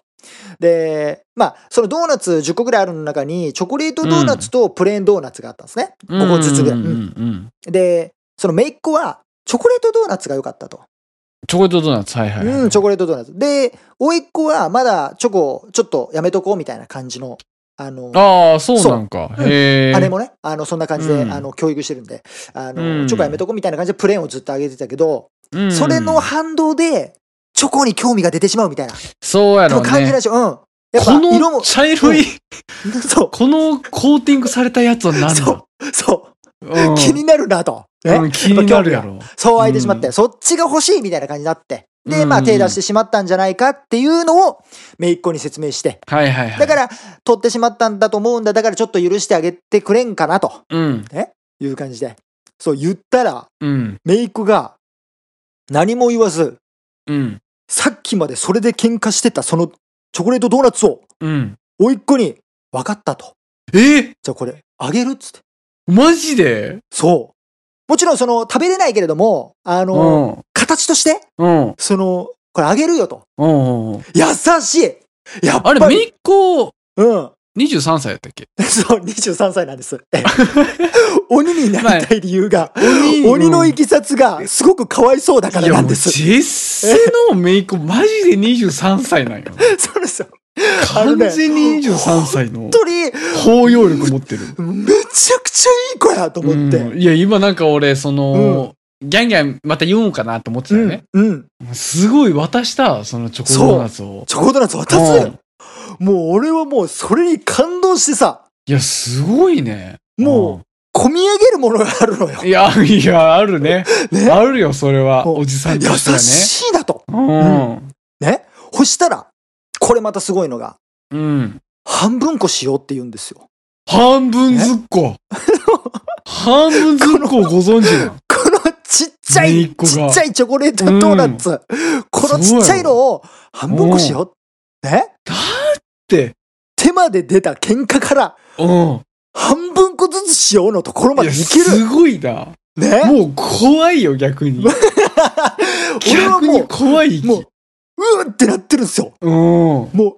Speaker 2: で、まあ、そのドーナツ10個ぐらいある中に、チョコレートドーナツとプレーンドーナツがあったんですね。
Speaker 1: うんうんうん
Speaker 2: ここずつぐらい
Speaker 1: うん
Speaker 2: う
Speaker 1: うんん
Speaker 2: で、その姪っ子は、チョコレートドーナツが良かったと。
Speaker 1: チョコレートドーナツ、はいはいはい。
Speaker 2: うん、チョコレートドーナツ。で、甥っ子は、まだチョコ、ちょっとやめとこうみたいな感じの、あの、
Speaker 1: ああ、そうなんか。
Speaker 2: そううん
Speaker 1: へえ。
Speaker 2: あれもね、あの、そんな感じで、
Speaker 1: うん
Speaker 2: あの、教育してるんで、あの、
Speaker 1: うん
Speaker 2: チョコやめとこうみたいな感じでプレーンをずっとあげてたけど、
Speaker 1: うん、
Speaker 2: それの反動で、チョコに興味が出てしまうみたいな。
Speaker 1: そうや
Speaker 2: で
Speaker 1: ろ
Speaker 2: も
Speaker 1: うね。
Speaker 2: 感じないでしょ、うん。やっぱ
Speaker 1: こ
Speaker 2: 色
Speaker 1: の
Speaker 2: も、
Speaker 1: 茶色い、
Speaker 2: そう。
Speaker 1: このコーティングされたやつは何だ
Speaker 2: そう、そうう、
Speaker 1: ん
Speaker 2: 気になるなと。ね
Speaker 1: うん気になるやろ。
Speaker 2: そう湧いてしまって、
Speaker 1: う
Speaker 2: そっちが欲しいみたいな感じになって。で、
Speaker 1: うん
Speaker 2: まあ手出してしまったんじゃないかっていうのを、めいっ子に説明して。
Speaker 1: はいはいはい。
Speaker 2: だから、取ってしまったんだと思うんだ。だからちょっと許してあげてくれんかなと
Speaker 1: うん、
Speaker 2: いう感じで。そう言ったら、
Speaker 1: うん、
Speaker 2: めいっ子が何も言わず、
Speaker 1: うん、
Speaker 2: さっきまでそれで喧嘩してたそのチョコレートドーナツを、
Speaker 1: うん。
Speaker 2: おいっ子に、分かったと。
Speaker 1: え
Speaker 2: じゃあこれ、あげるっつって。
Speaker 1: マジで
Speaker 2: そう。もちろんその、食べれないけれども、あ
Speaker 1: う
Speaker 2: の、
Speaker 1: ん、うん、
Speaker 2: 形として、
Speaker 1: うん
Speaker 2: その、これあげるよと。
Speaker 1: うんうん。
Speaker 2: 優しいやっ
Speaker 1: あれ、
Speaker 2: ぱ
Speaker 1: め
Speaker 2: り
Speaker 1: いっ子、
Speaker 2: うん。
Speaker 1: 23歳やったっけ
Speaker 2: そう、23歳なんです。 ええ鬼になりたい理由が、
Speaker 1: 鬼
Speaker 2: 鬼のいきさつがすごくかわいそうだからなんで
Speaker 1: い
Speaker 2: す。
Speaker 1: やもう実世のめいっ子、マジで23歳なんよ。
Speaker 2: そうですよ。あの
Speaker 1: 完
Speaker 2: ね
Speaker 1: 全に23歳の
Speaker 2: 本当に、
Speaker 1: 包容力持 ってる。
Speaker 2: めちゃくちゃいい子やと思って。
Speaker 1: うんいや、今なんか俺、その、ギャンギャンまた言うんかなと思ってた
Speaker 2: う
Speaker 1: よ
Speaker 2: ん、
Speaker 1: ね。
Speaker 2: うん。
Speaker 1: すごい渡した、そのチョコドーナツを。
Speaker 2: チョコドーナツ渡すよ。もう俺はもうそれに感動してさ、
Speaker 1: いや、すごいね。
Speaker 2: も込み上げるものがあるのよ
Speaker 1: うん。いや、いや、あるね。
Speaker 2: ね
Speaker 1: あるよ、それは。
Speaker 2: もう
Speaker 1: おじさんと
Speaker 2: 優
Speaker 1: してはね。
Speaker 2: しいなと。
Speaker 1: うん。
Speaker 2: ね。ほしたら、これまたすごいのが、
Speaker 1: うん。
Speaker 2: 半分こしようって言うんですよ。
Speaker 1: 半分ずっこ。半分ずっこをご存知なの
Speaker 2: このちっちゃ
Speaker 1: めい
Speaker 2: い、
Speaker 1: っ子が
Speaker 2: ちっちゃいチョコレートドーナツ。このちっちゃいのを半分こしよう。ね
Speaker 1: って。
Speaker 2: 手まで出た喧嘩から
Speaker 1: う
Speaker 2: 半分こずつしようのところま
Speaker 1: ん。い
Speaker 2: でい
Speaker 1: や、
Speaker 2: ける。
Speaker 1: すごいな。
Speaker 2: ね
Speaker 1: もう怖いよ、逆に。
Speaker 2: 俺は
Speaker 1: 逆
Speaker 2: も
Speaker 1: に
Speaker 2: う、
Speaker 1: 怖い。
Speaker 2: もう、うわってなってるんですよ。
Speaker 1: うん。
Speaker 2: もう、うわ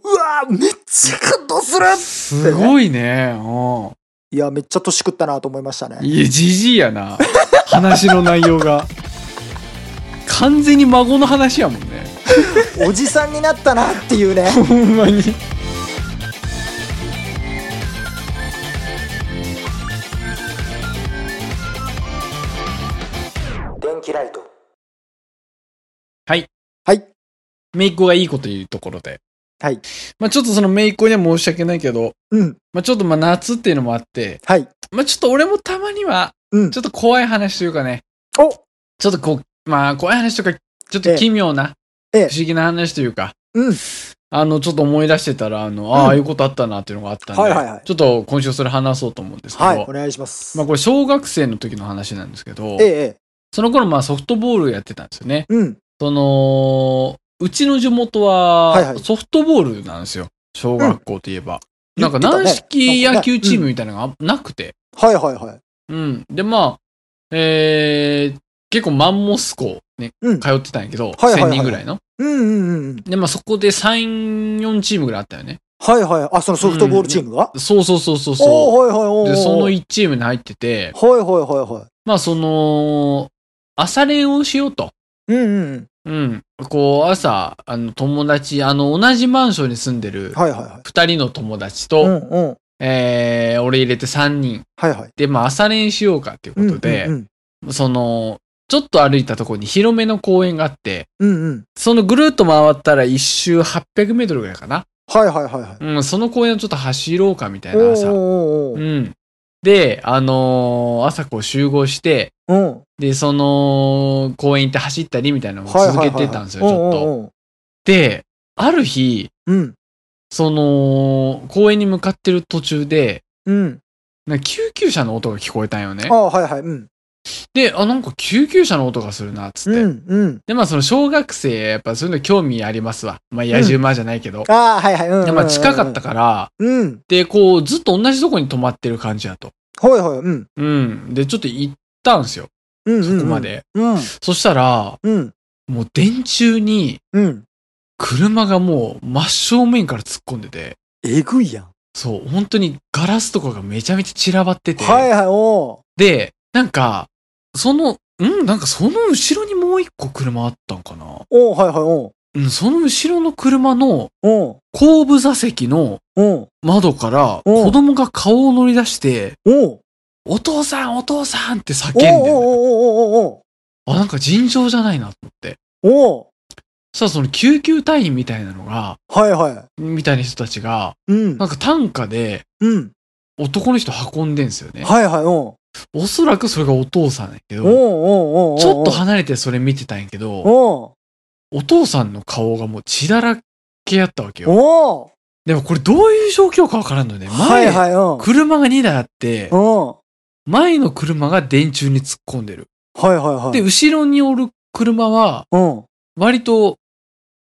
Speaker 2: ーめっちゃ感動する
Speaker 1: すごいね。うん。
Speaker 2: いや、めっちゃ年食ったなと思いましたね。
Speaker 1: いや、じじいやな。話の内容が。完全に孫の話やもんね。
Speaker 2: おじさんになったなっていうね。
Speaker 1: ほんまに。
Speaker 2: 電気ライト。
Speaker 1: はい。
Speaker 2: はい。
Speaker 1: めいっ子がいいこと言うところで。
Speaker 2: はい。
Speaker 1: まあちょっとその姪っ子には申し訳ないけど、
Speaker 2: うん。
Speaker 1: まあちょっとまあ夏っていうのもあって、
Speaker 2: はい。
Speaker 1: まあちょっと俺もたまには、
Speaker 2: うん
Speaker 1: ちょ。っと怖い話というかね、
Speaker 2: お
Speaker 1: ちょっとこう、まあ怖い話とか、ちょっ
Speaker 2: え
Speaker 1: と
Speaker 2: え
Speaker 1: 奇妙な、
Speaker 2: ええ
Speaker 1: 不思議な話というか、
Speaker 2: うん。
Speaker 1: あの、ちょっと思い出してたら、あの、ああ、
Speaker 2: うん
Speaker 1: いうことあったなっていうのがあったんで、
Speaker 2: はいはいはい
Speaker 1: ちょっと今週それ話そうと思うんですけど、
Speaker 2: はい。お願いします。
Speaker 1: まあこれ小学生の時の話なんですけど
Speaker 2: え、え、え
Speaker 1: その頃まあソフトボールやってたんですよね。
Speaker 2: え。うん。
Speaker 1: その、うちの地元
Speaker 2: はいは
Speaker 1: はいソフトボールなんですよ。小学校といえば。なんか
Speaker 2: 言ってたね
Speaker 1: 軟式
Speaker 2: なんかね
Speaker 1: 野球チームみたいなのがあなくて。
Speaker 2: はいはいはい。
Speaker 1: うん。でまあ、えー、結構マンモス校ね、
Speaker 2: うん
Speaker 1: 通ってたんやけど、
Speaker 2: はいはいはい
Speaker 1: 1000人ぐらいの。
Speaker 2: うんうんうんうん。
Speaker 1: でまあそこで3、4チームぐらいあったよね。
Speaker 2: はいはい。あ、そのソフトボールチームが、
Speaker 1: そうそうそうそう
Speaker 2: お
Speaker 1: そ
Speaker 2: ーはいはいお
Speaker 1: う。
Speaker 2: ー
Speaker 1: で、その1チームに入ってて、
Speaker 2: はいはいはいはい。
Speaker 1: まあその、朝練をしようと。
Speaker 2: うんうんうん。
Speaker 1: うん。こう、朝、あの、友達、あの、同じマンションに住んでる、
Speaker 2: はいはいはい。
Speaker 1: 二人の友達と、
Speaker 2: うんうん。
Speaker 1: えー、俺入れて三人。
Speaker 2: はいはい。
Speaker 1: で、まあ、朝練しようかっていう
Speaker 2: うんう
Speaker 1: こ
Speaker 2: ん
Speaker 1: とで、
Speaker 2: うん
Speaker 1: その、ちょっと歩いたところに広めの公園があって、
Speaker 2: うんうん。
Speaker 1: そのぐるっと回ったら一周800メートルぐらいかな。
Speaker 2: はいはいはいはい。
Speaker 1: うん、その公園をちょっと走ろうかみたい
Speaker 2: お
Speaker 1: な
Speaker 2: ー
Speaker 1: 朝。
Speaker 2: おーお
Speaker 1: う
Speaker 2: ー
Speaker 1: ん。で、あのー朝こう集合して、
Speaker 2: うん。
Speaker 1: で、その、公園行って走ったりみたいなのを
Speaker 2: はいはい
Speaker 1: 続
Speaker 2: はい
Speaker 1: け
Speaker 2: はい
Speaker 1: てたんですよ、ちょっ
Speaker 2: おー
Speaker 1: と。
Speaker 2: おーおー
Speaker 1: で、ある日、
Speaker 2: うん。
Speaker 1: その、公園に向かってる途中で、
Speaker 2: うん。
Speaker 1: なんか救急車の音が聞こえたんよね
Speaker 2: あ。あ、はいはい。うん。
Speaker 1: で、あ、なんか救急車の音がするな、つって。
Speaker 2: うん。うん。
Speaker 1: で、まあその小学生、やっぱそういうの興味ありますわ。まあ野獣馬じゃないけど。
Speaker 2: ああ、はいはい。うんうんうんう
Speaker 1: で
Speaker 2: ん。
Speaker 1: まあ近かったから、
Speaker 2: うん。
Speaker 1: で、こう、ずっと同じとこに止まってる感じだと。
Speaker 2: はいはい。うん。
Speaker 1: うん。で、ちょっと行ったんですよ。
Speaker 2: うん。
Speaker 1: そこま。で。
Speaker 2: うん。
Speaker 1: そしたら、
Speaker 2: うん。
Speaker 1: もう電柱に
Speaker 2: うん。
Speaker 1: 車がもう真正面から突っ込んでて、
Speaker 2: えぐいやん。
Speaker 1: そう、本当にガラスとかがめちゃめちゃ散らばってて、
Speaker 2: はいはい。お
Speaker 1: で、なんか、その、んなんかその後ろにもう一個車あったんかな
Speaker 2: ーおーはいはい。おー
Speaker 1: うん、その後ろの車の
Speaker 2: おー
Speaker 1: 後部座席の
Speaker 2: おー
Speaker 1: 窓から
Speaker 2: うん
Speaker 1: 子供が顔を乗り出して、
Speaker 2: おー
Speaker 1: お父さんお父さんって叫ん
Speaker 2: おーおー
Speaker 1: でんだよ
Speaker 2: おーおーお
Speaker 1: あ、
Speaker 2: ー
Speaker 1: なんか尋常じゃないなと思って。
Speaker 2: おーお
Speaker 1: そしたらその救急隊員みたいなのが、
Speaker 2: ーはいは
Speaker 1: みたいな人たちが、
Speaker 2: い。うん
Speaker 1: な。んか担架で
Speaker 2: うん。
Speaker 1: 男の人運んでんすよね。
Speaker 2: はいはい。おー
Speaker 1: おそらくそれがお父さんやけ
Speaker 2: おー
Speaker 1: ど、
Speaker 2: おーおーおー
Speaker 1: ちょっと離れてそれ見てたんやけど、
Speaker 2: おー
Speaker 1: お父さんの顔がもう血だらけやったわけよ。
Speaker 2: おー
Speaker 1: でもこれどういう状況かわからんのね。
Speaker 2: はい
Speaker 1: 前、
Speaker 2: はい。おー
Speaker 1: 車が2台あって、
Speaker 2: お
Speaker 1: 前の車が電柱に突っ込んでる。
Speaker 2: ーはいはいはい。
Speaker 1: で、後ろにおる車は、
Speaker 2: うん。
Speaker 1: 割と、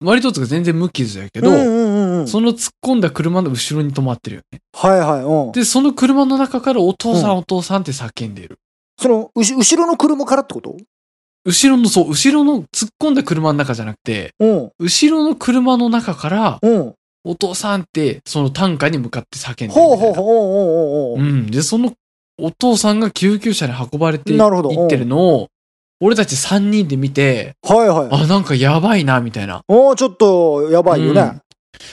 Speaker 1: 割とつうか全然無傷やけど、
Speaker 2: うんうんうんうん。
Speaker 1: その突っ込んだ車の後ろに止まってるよね。
Speaker 2: はいはい。うん。
Speaker 1: で、その車の中からお父さん、
Speaker 2: う
Speaker 1: お父さんって叫んでいる。
Speaker 2: その、うし後ろの車からってこと
Speaker 1: 後ろの、そう、後ろの突っ込んだ車の中じゃなくて、
Speaker 2: うん。
Speaker 1: 後ろの車の中から、
Speaker 2: うん。
Speaker 1: お父さんって、その担架に向かって叫んでるみたいな。
Speaker 2: ほうほうほう。おうおうおうお
Speaker 1: う。
Speaker 2: うん
Speaker 1: で、そのお父さんが救急車に運ばれてい
Speaker 2: なるほど
Speaker 1: いってるのを、俺たち3人で見て、
Speaker 2: はいはい。
Speaker 1: あ、なんかやばいな、みたいな。
Speaker 2: おーちょっと、やばいよね。
Speaker 1: うん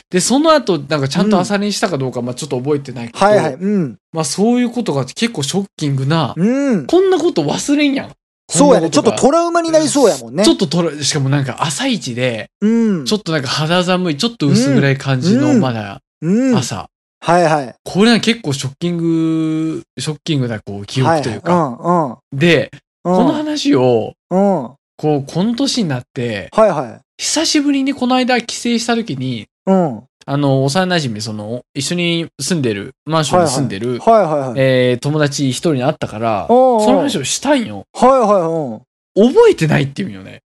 Speaker 1: で、その後、なんかちゃんと朝練したかどうか、まあちょっと覚えてないけど、
Speaker 2: はいはい。うん。
Speaker 1: まあそういうことが結構ショッキングな、
Speaker 2: うん。
Speaker 1: こんなこと忘れんやん。
Speaker 2: そうやね。ちょっと
Speaker 1: こんなこ
Speaker 2: トラウマになりそうやもん
Speaker 1: が
Speaker 2: ね。
Speaker 1: ちょっととら、しかもなんか朝一で、
Speaker 2: うん。
Speaker 1: ちょっとなんか肌寒い、ちょっと薄暗い感じの、
Speaker 2: うん
Speaker 1: まだ
Speaker 2: うん。はい
Speaker 1: 朝。
Speaker 2: はい。
Speaker 1: これは結構ショッキング、ショッキングなこう記憶というか。
Speaker 2: は
Speaker 1: で、
Speaker 2: いはい。
Speaker 1: こ
Speaker 2: うん。
Speaker 1: の
Speaker 2: うん。
Speaker 1: 話を、
Speaker 2: うん。は
Speaker 1: こう、この年になって、
Speaker 2: いはい。
Speaker 1: 久しぶりにこの間帰省した時に、
Speaker 2: うん。は
Speaker 1: あの、幼馴染み、その、一緒に住んでる、マンションに住んでる、
Speaker 2: いはいはい。
Speaker 1: えー友達一人に会ったから、
Speaker 2: おうおう
Speaker 1: その話をしたんよ。
Speaker 2: はいはい。うん。
Speaker 1: 覚えてないって言うんよね。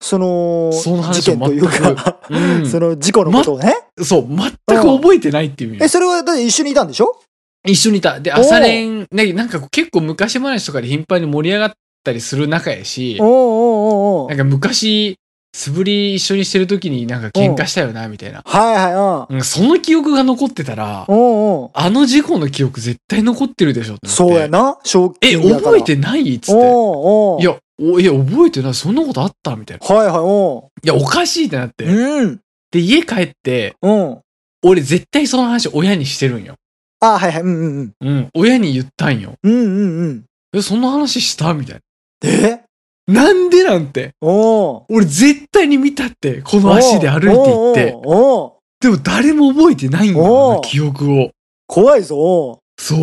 Speaker 2: その、
Speaker 1: その話
Speaker 2: 事件という
Speaker 1: 全
Speaker 2: か、
Speaker 1: うん
Speaker 2: その事故のことをね。
Speaker 1: そう、全く覚えてないっていう意味
Speaker 2: え、それはだって一緒にいたんでしょ
Speaker 1: 一緒にいた。で、朝練、ね、なんか結構昔話とかで頻繁に盛り上がったりする仲やし
Speaker 2: お、おうおうおうおう
Speaker 1: なんか昔、素振り一緒にしてる時になんか喧嘩したよな、みたいな。
Speaker 2: はいはい。うん。
Speaker 1: うんその記憶が残ってたら、
Speaker 2: おうおう
Speaker 1: あの事故の記憶絶対残ってるでしょって思って。
Speaker 2: そうやな。正
Speaker 1: え、
Speaker 2: 気
Speaker 1: 覚えてないっつって。
Speaker 2: おうおう
Speaker 1: いや、おいや、覚えてない。そんなことあったみたいな。
Speaker 2: はいはい、お
Speaker 1: いや、おかしいってなって
Speaker 2: う。。うん。
Speaker 1: で、家帰って、
Speaker 2: うん。
Speaker 1: 俺絶対その話親にしてるんよ。
Speaker 2: あ、はいはい、うんうんうん。
Speaker 1: うん。親に言ったんよ。
Speaker 2: うんうんうん。
Speaker 1: え、そんな話したみたい
Speaker 2: え
Speaker 1: な。なんでなんて。
Speaker 2: おう
Speaker 1: 俺絶対に見たって、この足で歩いて行って。
Speaker 2: おうおう
Speaker 1: でも誰も覚えてないんだよ
Speaker 2: お
Speaker 1: な、
Speaker 2: ー
Speaker 1: 記憶を。
Speaker 2: 怖いぞ。
Speaker 1: そ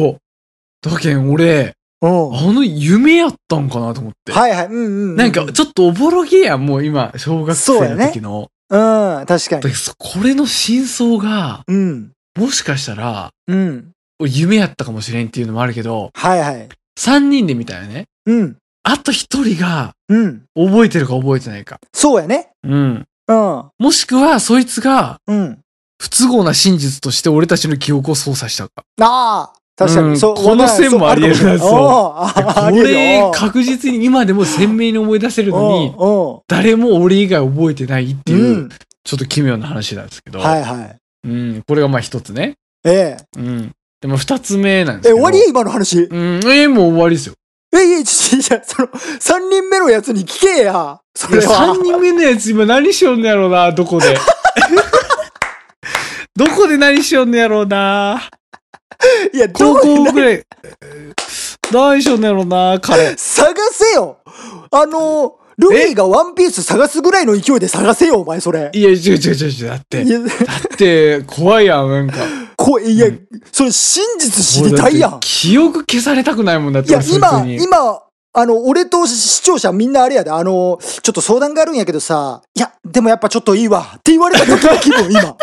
Speaker 1: う。だけん俺、
Speaker 2: うん。は
Speaker 1: あの夢やったんかなと思って。
Speaker 2: いはい。うんうんうん。
Speaker 1: なんか、ちょっとおぼろげやん、もう今、小学生の時の。
Speaker 2: うん、確か
Speaker 1: だけ
Speaker 2: に。
Speaker 1: どそこれの真相が、
Speaker 2: うん。
Speaker 1: もしかしたら、
Speaker 2: うん。
Speaker 1: 夢やったかもしれんっていうのもあるけど、
Speaker 2: はいはい。
Speaker 1: 3人で見たよね。
Speaker 2: うん。
Speaker 1: あと1人が
Speaker 2: うん。
Speaker 1: 覚えてるか覚えてないか。
Speaker 2: そうやね。
Speaker 1: うん。
Speaker 2: うん。
Speaker 1: もしくは、そいつが
Speaker 2: うん。
Speaker 1: 不都合な真実として俺たちの記憶を操作したか。
Speaker 2: ああ、確か
Speaker 1: う
Speaker 2: に。
Speaker 1: ん
Speaker 2: そう
Speaker 1: この線もありえるな
Speaker 2: そうある かもしれないおーああ
Speaker 1: こ
Speaker 2: ありえる
Speaker 1: れ
Speaker 2: よ、
Speaker 1: 確実に今でも鮮明に思い出せるのに、
Speaker 2: お
Speaker 1: 誰も俺以外覚えてないって
Speaker 2: う
Speaker 1: いう、
Speaker 2: ん。
Speaker 1: ちょっと奇妙な話なんですけど。
Speaker 2: はいはい。
Speaker 1: うん。これがまあ一つね。
Speaker 2: え
Speaker 1: うん。でも二つ目なんです
Speaker 2: え。え、
Speaker 1: けど。
Speaker 2: 終わり今の話。え、
Speaker 1: うん。えーもう終わりですよ。
Speaker 2: いや、ちょ、ちょ、その、三人目のやつに聞けや。そ
Speaker 1: いや
Speaker 2: れは。
Speaker 1: 3人目のやつ今何しよんのやろうな、ど こで。どこで何しよんのやろうな。
Speaker 2: いや、ど
Speaker 1: 高
Speaker 2: こに
Speaker 1: 校ぐらい。えー何しよんのやろうな、彼。
Speaker 2: 探せよあの、ルフィがワンピース探すぐらいの勢いで探せよ、お前、それ。
Speaker 1: いや、違う違う違う違う。だって、
Speaker 2: い
Speaker 1: だ
Speaker 2: や、
Speaker 1: って、怖いやん、なんか。
Speaker 2: こいや、
Speaker 1: うん
Speaker 2: それ真実知りたいや
Speaker 1: もうだっ
Speaker 2: ん
Speaker 1: て。記憶消されたくないもんだっ
Speaker 2: い
Speaker 1: て、
Speaker 2: や、
Speaker 1: 俺そいつ
Speaker 2: 今、
Speaker 1: に。
Speaker 2: 今、あの、俺と視聴者みんなあれやで、あの、ちょっと相談があるんやけどさ、いや、でもやっぱちょっといいわ、って言われた時の気 分、今。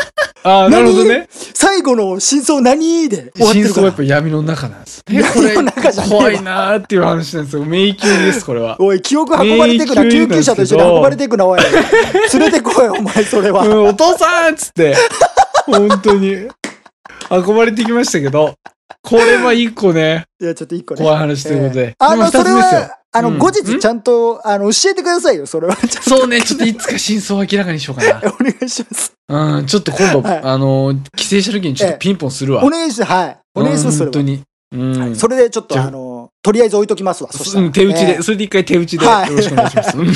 Speaker 1: ああ、なるほどね。
Speaker 2: 最後の真相何で終わって
Speaker 1: 真
Speaker 2: るか
Speaker 1: 相はや
Speaker 2: ら
Speaker 1: っ。ぱ闇の中なんですね。これ
Speaker 2: 闇の中じゃねえわ
Speaker 1: 怖いなーっていう話なんですよ。迷宮です、これは。
Speaker 2: おい、記憶運ばれてくな、
Speaker 1: 迷宮
Speaker 2: 救急車と一緒に運ばれてくな、 おい。連れてこい、お前、それは。
Speaker 1: うん、お父さんっつって、本当に、運ばれてきましたけど、これは一個ね、
Speaker 2: いや、ちょっと一個ね。
Speaker 1: 怖い話ということで。
Speaker 2: あ
Speaker 1: 今
Speaker 2: の、そ
Speaker 1: 二
Speaker 2: れ
Speaker 1: つ目ですよ。
Speaker 2: は、あの、
Speaker 1: うん
Speaker 2: 後日ちゃんと、あの、教えてくださいよ、それは。 ちょっ
Speaker 1: そうね、ちょっといつか真相を明らかにしようか
Speaker 2: とお願いします。
Speaker 1: な。うん、ちょっと今度、
Speaker 2: はい
Speaker 1: あの、帰省した時にちょっとピンポンするわ。
Speaker 2: お願いします、はい。お願いします、そ
Speaker 1: うん本
Speaker 2: れ
Speaker 1: 当
Speaker 2: は。
Speaker 1: に。うん。
Speaker 2: それでちょっ
Speaker 1: じ
Speaker 2: と、
Speaker 1: ゃあ
Speaker 2: あの、とりあえず置いときますわ、そした
Speaker 1: う
Speaker 2: ら。
Speaker 1: ん、手打ち
Speaker 2: え
Speaker 1: で、それで一回手打ちでよ
Speaker 2: はい
Speaker 1: ろしくお願いし ます。うん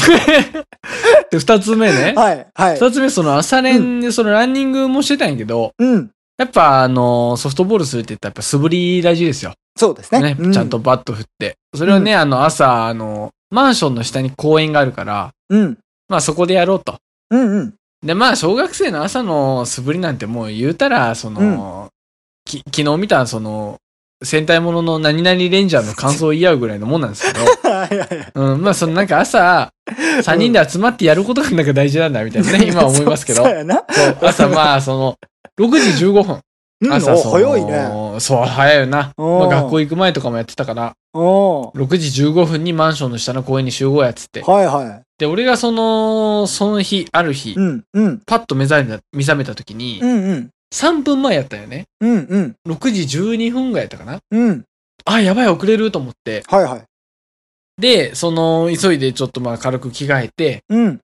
Speaker 1: で、二つ目ね
Speaker 2: え。はい、はい。
Speaker 1: 二つ目、その朝練でそのランニングもしてたんやけど、
Speaker 2: うん、
Speaker 1: やっぱあの、ソフトボールするって言ったらやっぱ素振り大事ですよ。
Speaker 2: そうですね
Speaker 1: ね。、
Speaker 2: う
Speaker 1: ちゃんと。バット振って。それをね、あの、朝、あの、マンションの下に公園があるから、
Speaker 2: うん、
Speaker 1: まあそこでやろうと。
Speaker 2: うん、 うん。
Speaker 1: で、まあ、小学生の朝の素振りなんてもう言うたら、その、き昨日見た、その、戦隊ものの何々レンジャーの感想を言い合うぐらいのもんなん ですけ
Speaker 2: はい、はいはい。
Speaker 1: ど、うん、まあ、そのなんか朝、3人で集まってやることがなんか大事なんだみたいなね、今思いますけど
Speaker 2: そう、やな。
Speaker 1: そう朝まあ、その、6時15分。
Speaker 2: うん、
Speaker 1: 朝、
Speaker 2: お
Speaker 1: その
Speaker 2: 早いね。。
Speaker 1: そう、早いよな。ま
Speaker 2: お
Speaker 1: あ、
Speaker 2: ー
Speaker 1: 学校行く前とかもやってたから、
Speaker 2: おー
Speaker 1: 6時15分にマンションの下の公園に集合やっつって。
Speaker 2: はい、は
Speaker 1: で、俺がその、その日、ある日
Speaker 2: い。う、ん、うん、
Speaker 1: パッと目覚めた、目覚めた時に
Speaker 2: う、ん、うん、
Speaker 1: 3分前やったよね。
Speaker 2: うん、うん、
Speaker 1: 6時12分ぐらいやったかな。
Speaker 2: うん。
Speaker 1: あ、やばい、遅れると思って。
Speaker 2: はい、はい。
Speaker 1: で、その、急いでちょっとまあ軽く着替えて、
Speaker 2: うん。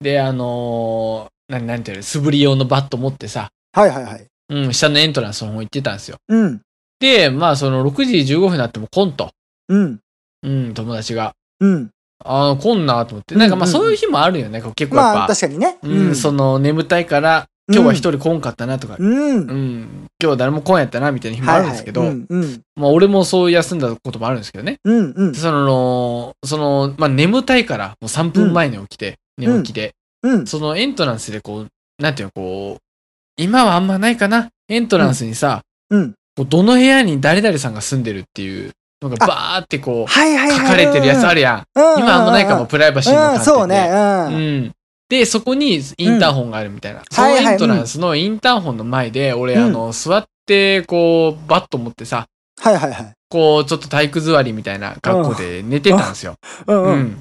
Speaker 1: で、あのー、なん、なんていうの、素振り用のバット持ってさ、
Speaker 2: はい、はい、はい。
Speaker 1: うん、下のエントランスの方行ってたんですよ。
Speaker 2: うん、
Speaker 1: で、まあその6時15分になっても来んと。
Speaker 2: うん、
Speaker 1: うん、友達が。
Speaker 2: うん。
Speaker 1: ああ、来んなと思って。なんかまあ
Speaker 2: うんうんうん
Speaker 1: そういう日もあるよね、こう結構やっぱ。
Speaker 2: まあ、確かにね。
Speaker 1: うん、その眠たいから、今日は一人来んかったなとか、
Speaker 2: う
Speaker 1: う
Speaker 2: ん
Speaker 1: ん、。今日は誰も来んやったなみたいな日もあるんですけど、
Speaker 2: はいはいうんうん
Speaker 1: まあ俺もそう休んだこともあるんですけどね。
Speaker 2: うんうん
Speaker 1: その、その、まあ眠たいから、もう3分前に起きて、
Speaker 2: ん
Speaker 1: 寝起きで、
Speaker 2: うん
Speaker 1: そのエントランスでこう、なんていうの、こう、今はあんまないかな。エントランスにさ、
Speaker 2: うん
Speaker 1: こうどの部屋に誰々さんが住んでるっていうのがバーってこう、
Speaker 2: はいはいはい
Speaker 1: 書かれてるやつあるやん。
Speaker 2: うん
Speaker 1: 今あんまないかも、プライバシーの観
Speaker 2: う
Speaker 1: 点
Speaker 2: ん
Speaker 1: で。
Speaker 2: そうねう
Speaker 1: うんん。で、そこにインターホンがあるみたいな。その
Speaker 2: はいはい
Speaker 1: エントランスのインターホンの前で、俺、
Speaker 2: うん
Speaker 1: あの、座って、こう、バット持ってさ、
Speaker 2: はいはいはい
Speaker 1: こう、ちょっと体育座りみたいな格好で寝てたんですよ。
Speaker 2: うん
Speaker 1: う
Speaker 2: うん
Speaker 1: ん。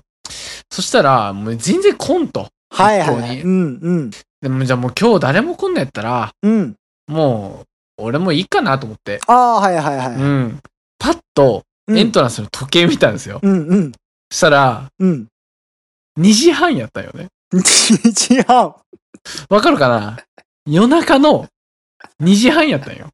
Speaker 1: そしたら、もう全然来んと。
Speaker 2: はいはいは
Speaker 1: 本当に
Speaker 2: いうんうん
Speaker 1: でも、じゃあもう今日誰も来んのやったら、
Speaker 2: うん
Speaker 1: もう、俺もいいかなと思って。
Speaker 2: ああはいはいは
Speaker 1: う
Speaker 2: い
Speaker 1: ん。パッと、
Speaker 2: うん
Speaker 1: エントランスの時計見たんですよ。
Speaker 2: うんうん
Speaker 1: そしたら、
Speaker 2: うん
Speaker 1: 2時半やったよね。
Speaker 2: 2時半
Speaker 1: わかるかな夜中の2時半やったんよ。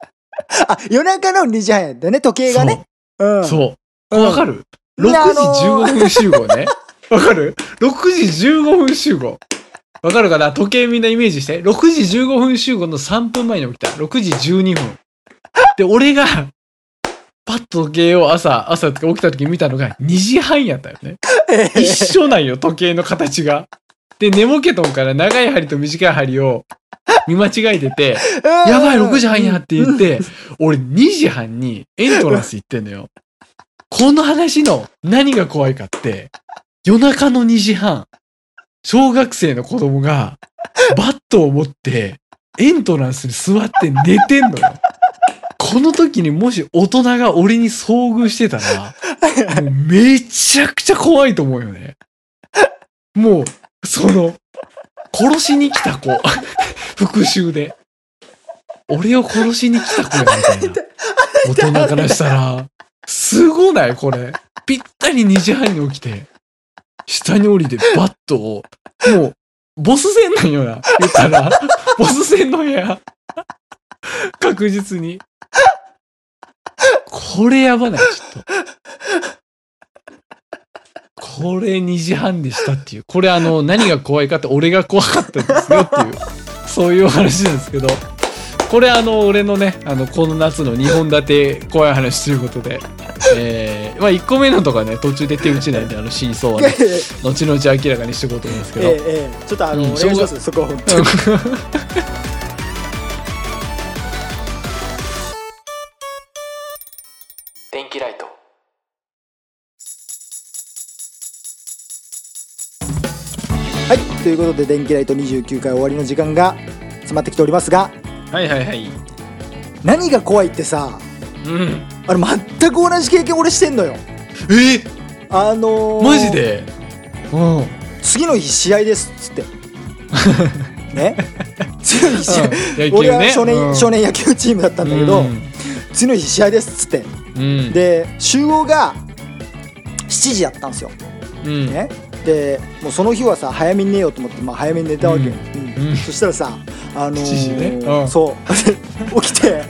Speaker 2: あ夜中の2時半やったね時計がねうん
Speaker 1: そう。
Speaker 2: うん
Speaker 1: わかる ?6
Speaker 2: ねあの
Speaker 1: 時15分集合 ね。わかる ?6 時15分集合。わかるかな時計みんなイメージして。6時15分集合の3分前に起きた。6時12分。で、俺が、パッと時計を朝、朝とか起きた時見たのが2時半やったよね。
Speaker 2: ええ
Speaker 1: 一緒なんよ、時計の形が。で、寝ぼけとんから長い針と短い針を見間違えてて、
Speaker 2: や
Speaker 1: やばい、6時半やって言って、俺2時半にエントランス行ってんのよ。この話の何が怖いかって、夜中の2時半、小学生の子供がバットを持ってエントランスに座って寝てんのよ。この時にもし大人が俺に遭遇してたら、もうめちゃくちゃ怖いと思うよね。もう、その、殺しに来た子。復讐で。俺を殺しに来た子やみたいな。大人からしたら、すごないこれ。ぴったり2時半に起きて、下に降りてバットを、もう、ボス戦なんよな。言ったら、ボス戦の部屋。確実に。これやばないちょっと。これ2時半でしたっていう。これあの、何が怖いかって俺が怖かったんですよっていう。そういうお話なんですけど。これあの俺のねあのこの夏の2本立て怖い話ということで、えーまあ、1個目のとかね途中で手打ちないんであの真相は
Speaker 2: え
Speaker 1: ね後々明らかにしていこうと思うんですけ
Speaker 2: え
Speaker 1: ど、
Speaker 2: ええちょっとあの、
Speaker 1: うん
Speaker 2: お願いしますそこは本当に
Speaker 3: 電気ライト
Speaker 2: はいということで「電気ライト29回」終わりの時間が詰まってきておりますが
Speaker 1: はいはいはい
Speaker 2: 何が怖いってさ
Speaker 1: うん
Speaker 2: あれ全く同じ経験俺してんのよ
Speaker 1: え
Speaker 2: あのー、
Speaker 1: マジでうんうん
Speaker 2: 次の日試合ですっつってね次の日試合、
Speaker 1: 野
Speaker 2: 俺
Speaker 1: 球
Speaker 2: は
Speaker 1: ね
Speaker 2: 少年,、
Speaker 1: うん
Speaker 2: 少年野球チームだったんだけど、次の日試合ですっつって
Speaker 1: うん
Speaker 2: で集合が7時だったんですよ、
Speaker 1: うん
Speaker 2: ね、でもうその日はさ早めに寝ようと思って、まあ、早めに寝たわけ、
Speaker 1: うん
Speaker 2: うん
Speaker 1: うん
Speaker 2: そしたらさ、あのー
Speaker 1: 7時ねうん
Speaker 2: そう 起 きて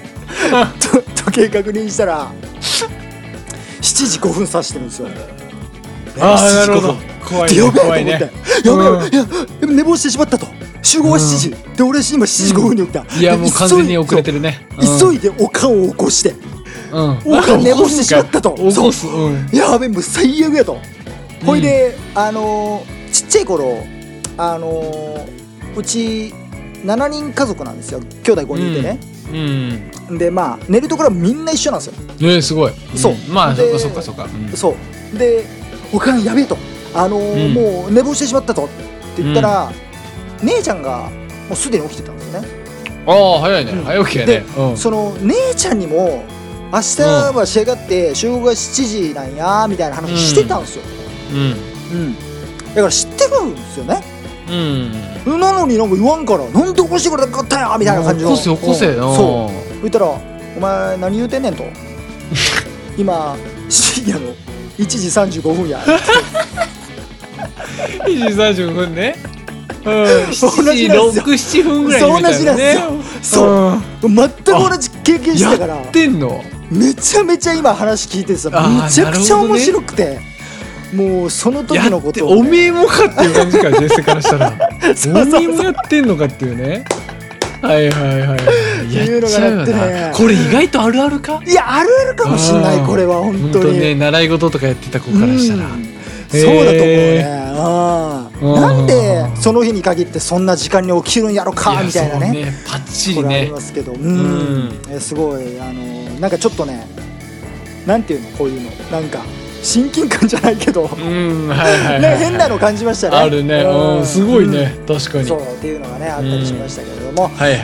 Speaker 2: と時計確認したら7時5分指してるんですよ、ね、
Speaker 1: ああなる
Speaker 2: 7時5
Speaker 1: ほ
Speaker 2: 分
Speaker 1: ど怖
Speaker 2: で
Speaker 1: いね
Speaker 2: やべえと思
Speaker 1: 怖
Speaker 2: って、
Speaker 1: い
Speaker 2: や
Speaker 1: ね
Speaker 2: べえ、いや寝坊してしまったと集合は7時、で俺今7時5分に起きた、
Speaker 1: いやもう完全に遅れてるね
Speaker 2: で急いで急いでおかんを起こして
Speaker 1: うん
Speaker 2: おかん寝坊してしまったと
Speaker 1: 起こすうん
Speaker 2: やべえもう最悪やと、ほいであのーちっちゃい頃あのーうち7人家族なんですよ兄弟5人いてね、
Speaker 1: うん
Speaker 2: でまあ寝るところはみんな一緒なんですよ
Speaker 1: えー、すごい、ん
Speaker 2: そう
Speaker 1: まあそっ
Speaker 2: で
Speaker 1: かそっかそっか、うん
Speaker 2: そうで「おかんやべえ」と「あのー
Speaker 1: うん
Speaker 2: もう寝坊してしまった」とって言ったら、姉ちゃんがもうすでに起きてたんですよね、
Speaker 1: ああ早いね、
Speaker 2: うん
Speaker 1: 早起きや
Speaker 2: で
Speaker 1: ね、うん、
Speaker 2: その姉ちゃんにも「明日は試合があって集合が7時なんや」みたいな話してたんですよ、
Speaker 1: うん
Speaker 2: うんだから知ってるんですよね
Speaker 1: うん
Speaker 2: なのになんか言わんからなんで起こしてくれなかったんやみたいな感じの
Speaker 1: 起こせ起こせ
Speaker 2: うん
Speaker 1: な
Speaker 2: そう言ったら「お前何言うてんねん」と「今深夜の1時35分や」
Speaker 1: う1時30分 ねうん7時
Speaker 2: なんですよ
Speaker 1: 67分ぐらいに寝たよ
Speaker 2: そう同じなんですよそう全く同じ経験
Speaker 1: ん
Speaker 2: してたから
Speaker 1: やってんの
Speaker 2: めちゃめちゃ今話聞いてさ
Speaker 1: あー
Speaker 2: めちゃくちゃ
Speaker 1: なるほど
Speaker 2: 面
Speaker 1: ね
Speaker 2: 白くて、もうその時
Speaker 1: や
Speaker 2: の
Speaker 1: っ
Speaker 2: こ
Speaker 1: て
Speaker 2: と
Speaker 1: お
Speaker 2: をね、
Speaker 1: めえもかっていう感じかジェスからしたら
Speaker 2: そうそう
Speaker 1: おめえもやってんのかっていうねはいはいはいはい
Speaker 2: い
Speaker 1: や
Speaker 2: うの
Speaker 1: っ
Speaker 2: が
Speaker 1: ちゃう
Speaker 2: な
Speaker 1: よ
Speaker 2: ってね
Speaker 1: なこれ意外とあるあるか
Speaker 2: いやあるあるかもしんない
Speaker 1: あー
Speaker 2: これは本
Speaker 1: 本
Speaker 2: 当
Speaker 1: 当
Speaker 2: に。
Speaker 1: ね習い事とかやってた子
Speaker 2: う
Speaker 1: か
Speaker 2: ん
Speaker 1: らし
Speaker 2: そ
Speaker 1: た
Speaker 2: う
Speaker 1: ら、
Speaker 2: だと思う
Speaker 1: へ
Speaker 2: ね、うん
Speaker 1: うん
Speaker 2: なんでその日に限ってそんな時間に起きるんやろかみたいなね
Speaker 1: やそうパッチ
Speaker 2: こ
Speaker 1: リ
Speaker 2: れあり
Speaker 1: ね
Speaker 2: ますけど、うん
Speaker 1: ん
Speaker 2: えすごいあのなんかちょっとねなんていうのこういうのなんか親近感じゃないけど、
Speaker 1: うんはいはい、は
Speaker 2: ね、
Speaker 1: い、
Speaker 2: 変なの感じましたね
Speaker 1: あるね、
Speaker 2: う
Speaker 1: うんん、すごいね、確かに。
Speaker 2: そう
Speaker 1: は
Speaker 2: っていうのがねあったりしましたけれども、
Speaker 1: いはいはい。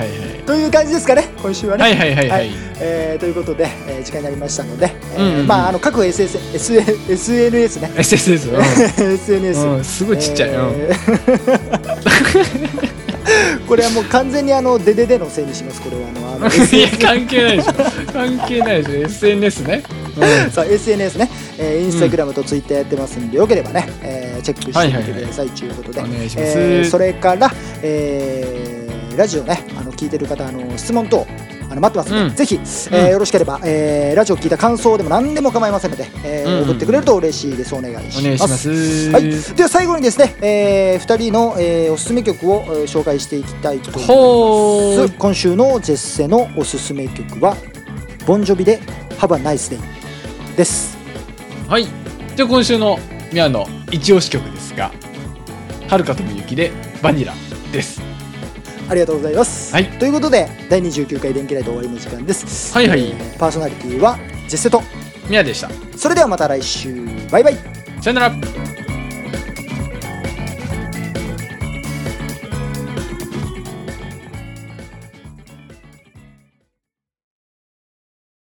Speaker 2: という感じですかね今週はね。
Speaker 1: はいはいはいはい。
Speaker 2: えーということで、えー時間になりましたので、えー
Speaker 1: うんうんうん
Speaker 2: まああの各 SS S SNS ね
Speaker 1: SSS、
Speaker 2: SNS、
Speaker 1: うん、うん、すごいちっちゃい。うん
Speaker 2: えー これはもう完全にあのデデデのせいにしますこれはあのあの
Speaker 1: いや、関係ないでしょ。関係ないでしょ。SNS ね。うん
Speaker 2: そう SNS ね、えー、インスタグラムとツイッターやってますんで、よければね、えーチェックしてみてくださいということで、
Speaker 1: お願いします
Speaker 2: えーそれから、えーラジオね、あの聞いてる方、あの質問等、あの待ってますので、
Speaker 1: うん
Speaker 2: ぜひ、えー
Speaker 1: うん
Speaker 2: よろしければ、えーラジオ聞いた感想でも何でも構いませんので、えー
Speaker 1: うん
Speaker 2: 送ってくれると嬉しいです。お願いします。
Speaker 1: お願いします。
Speaker 2: はい、では最後にですね、え2人の、えーおすすめ曲を、えー紹介していきたいと思います。
Speaker 1: ほーい
Speaker 2: 今週のジェッセのおすすめ曲はボンジョビでハバナイスデイです。
Speaker 1: はい。じゃあ今週のミャンの一押し曲ですが、はるかとみゆきでバニラです。
Speaker 2: ありがとうございます、
Speaker 1: はい
Speaker 2: ということで第29回電気ライト終わりの時間です
Speaker 1: はいはい
Speaker 2: えーパーソナリティはジェステと
Speaker 1: ミヤでした。
Speaker 2: それではまた来週バイバイ
Speaker 1: さよなら。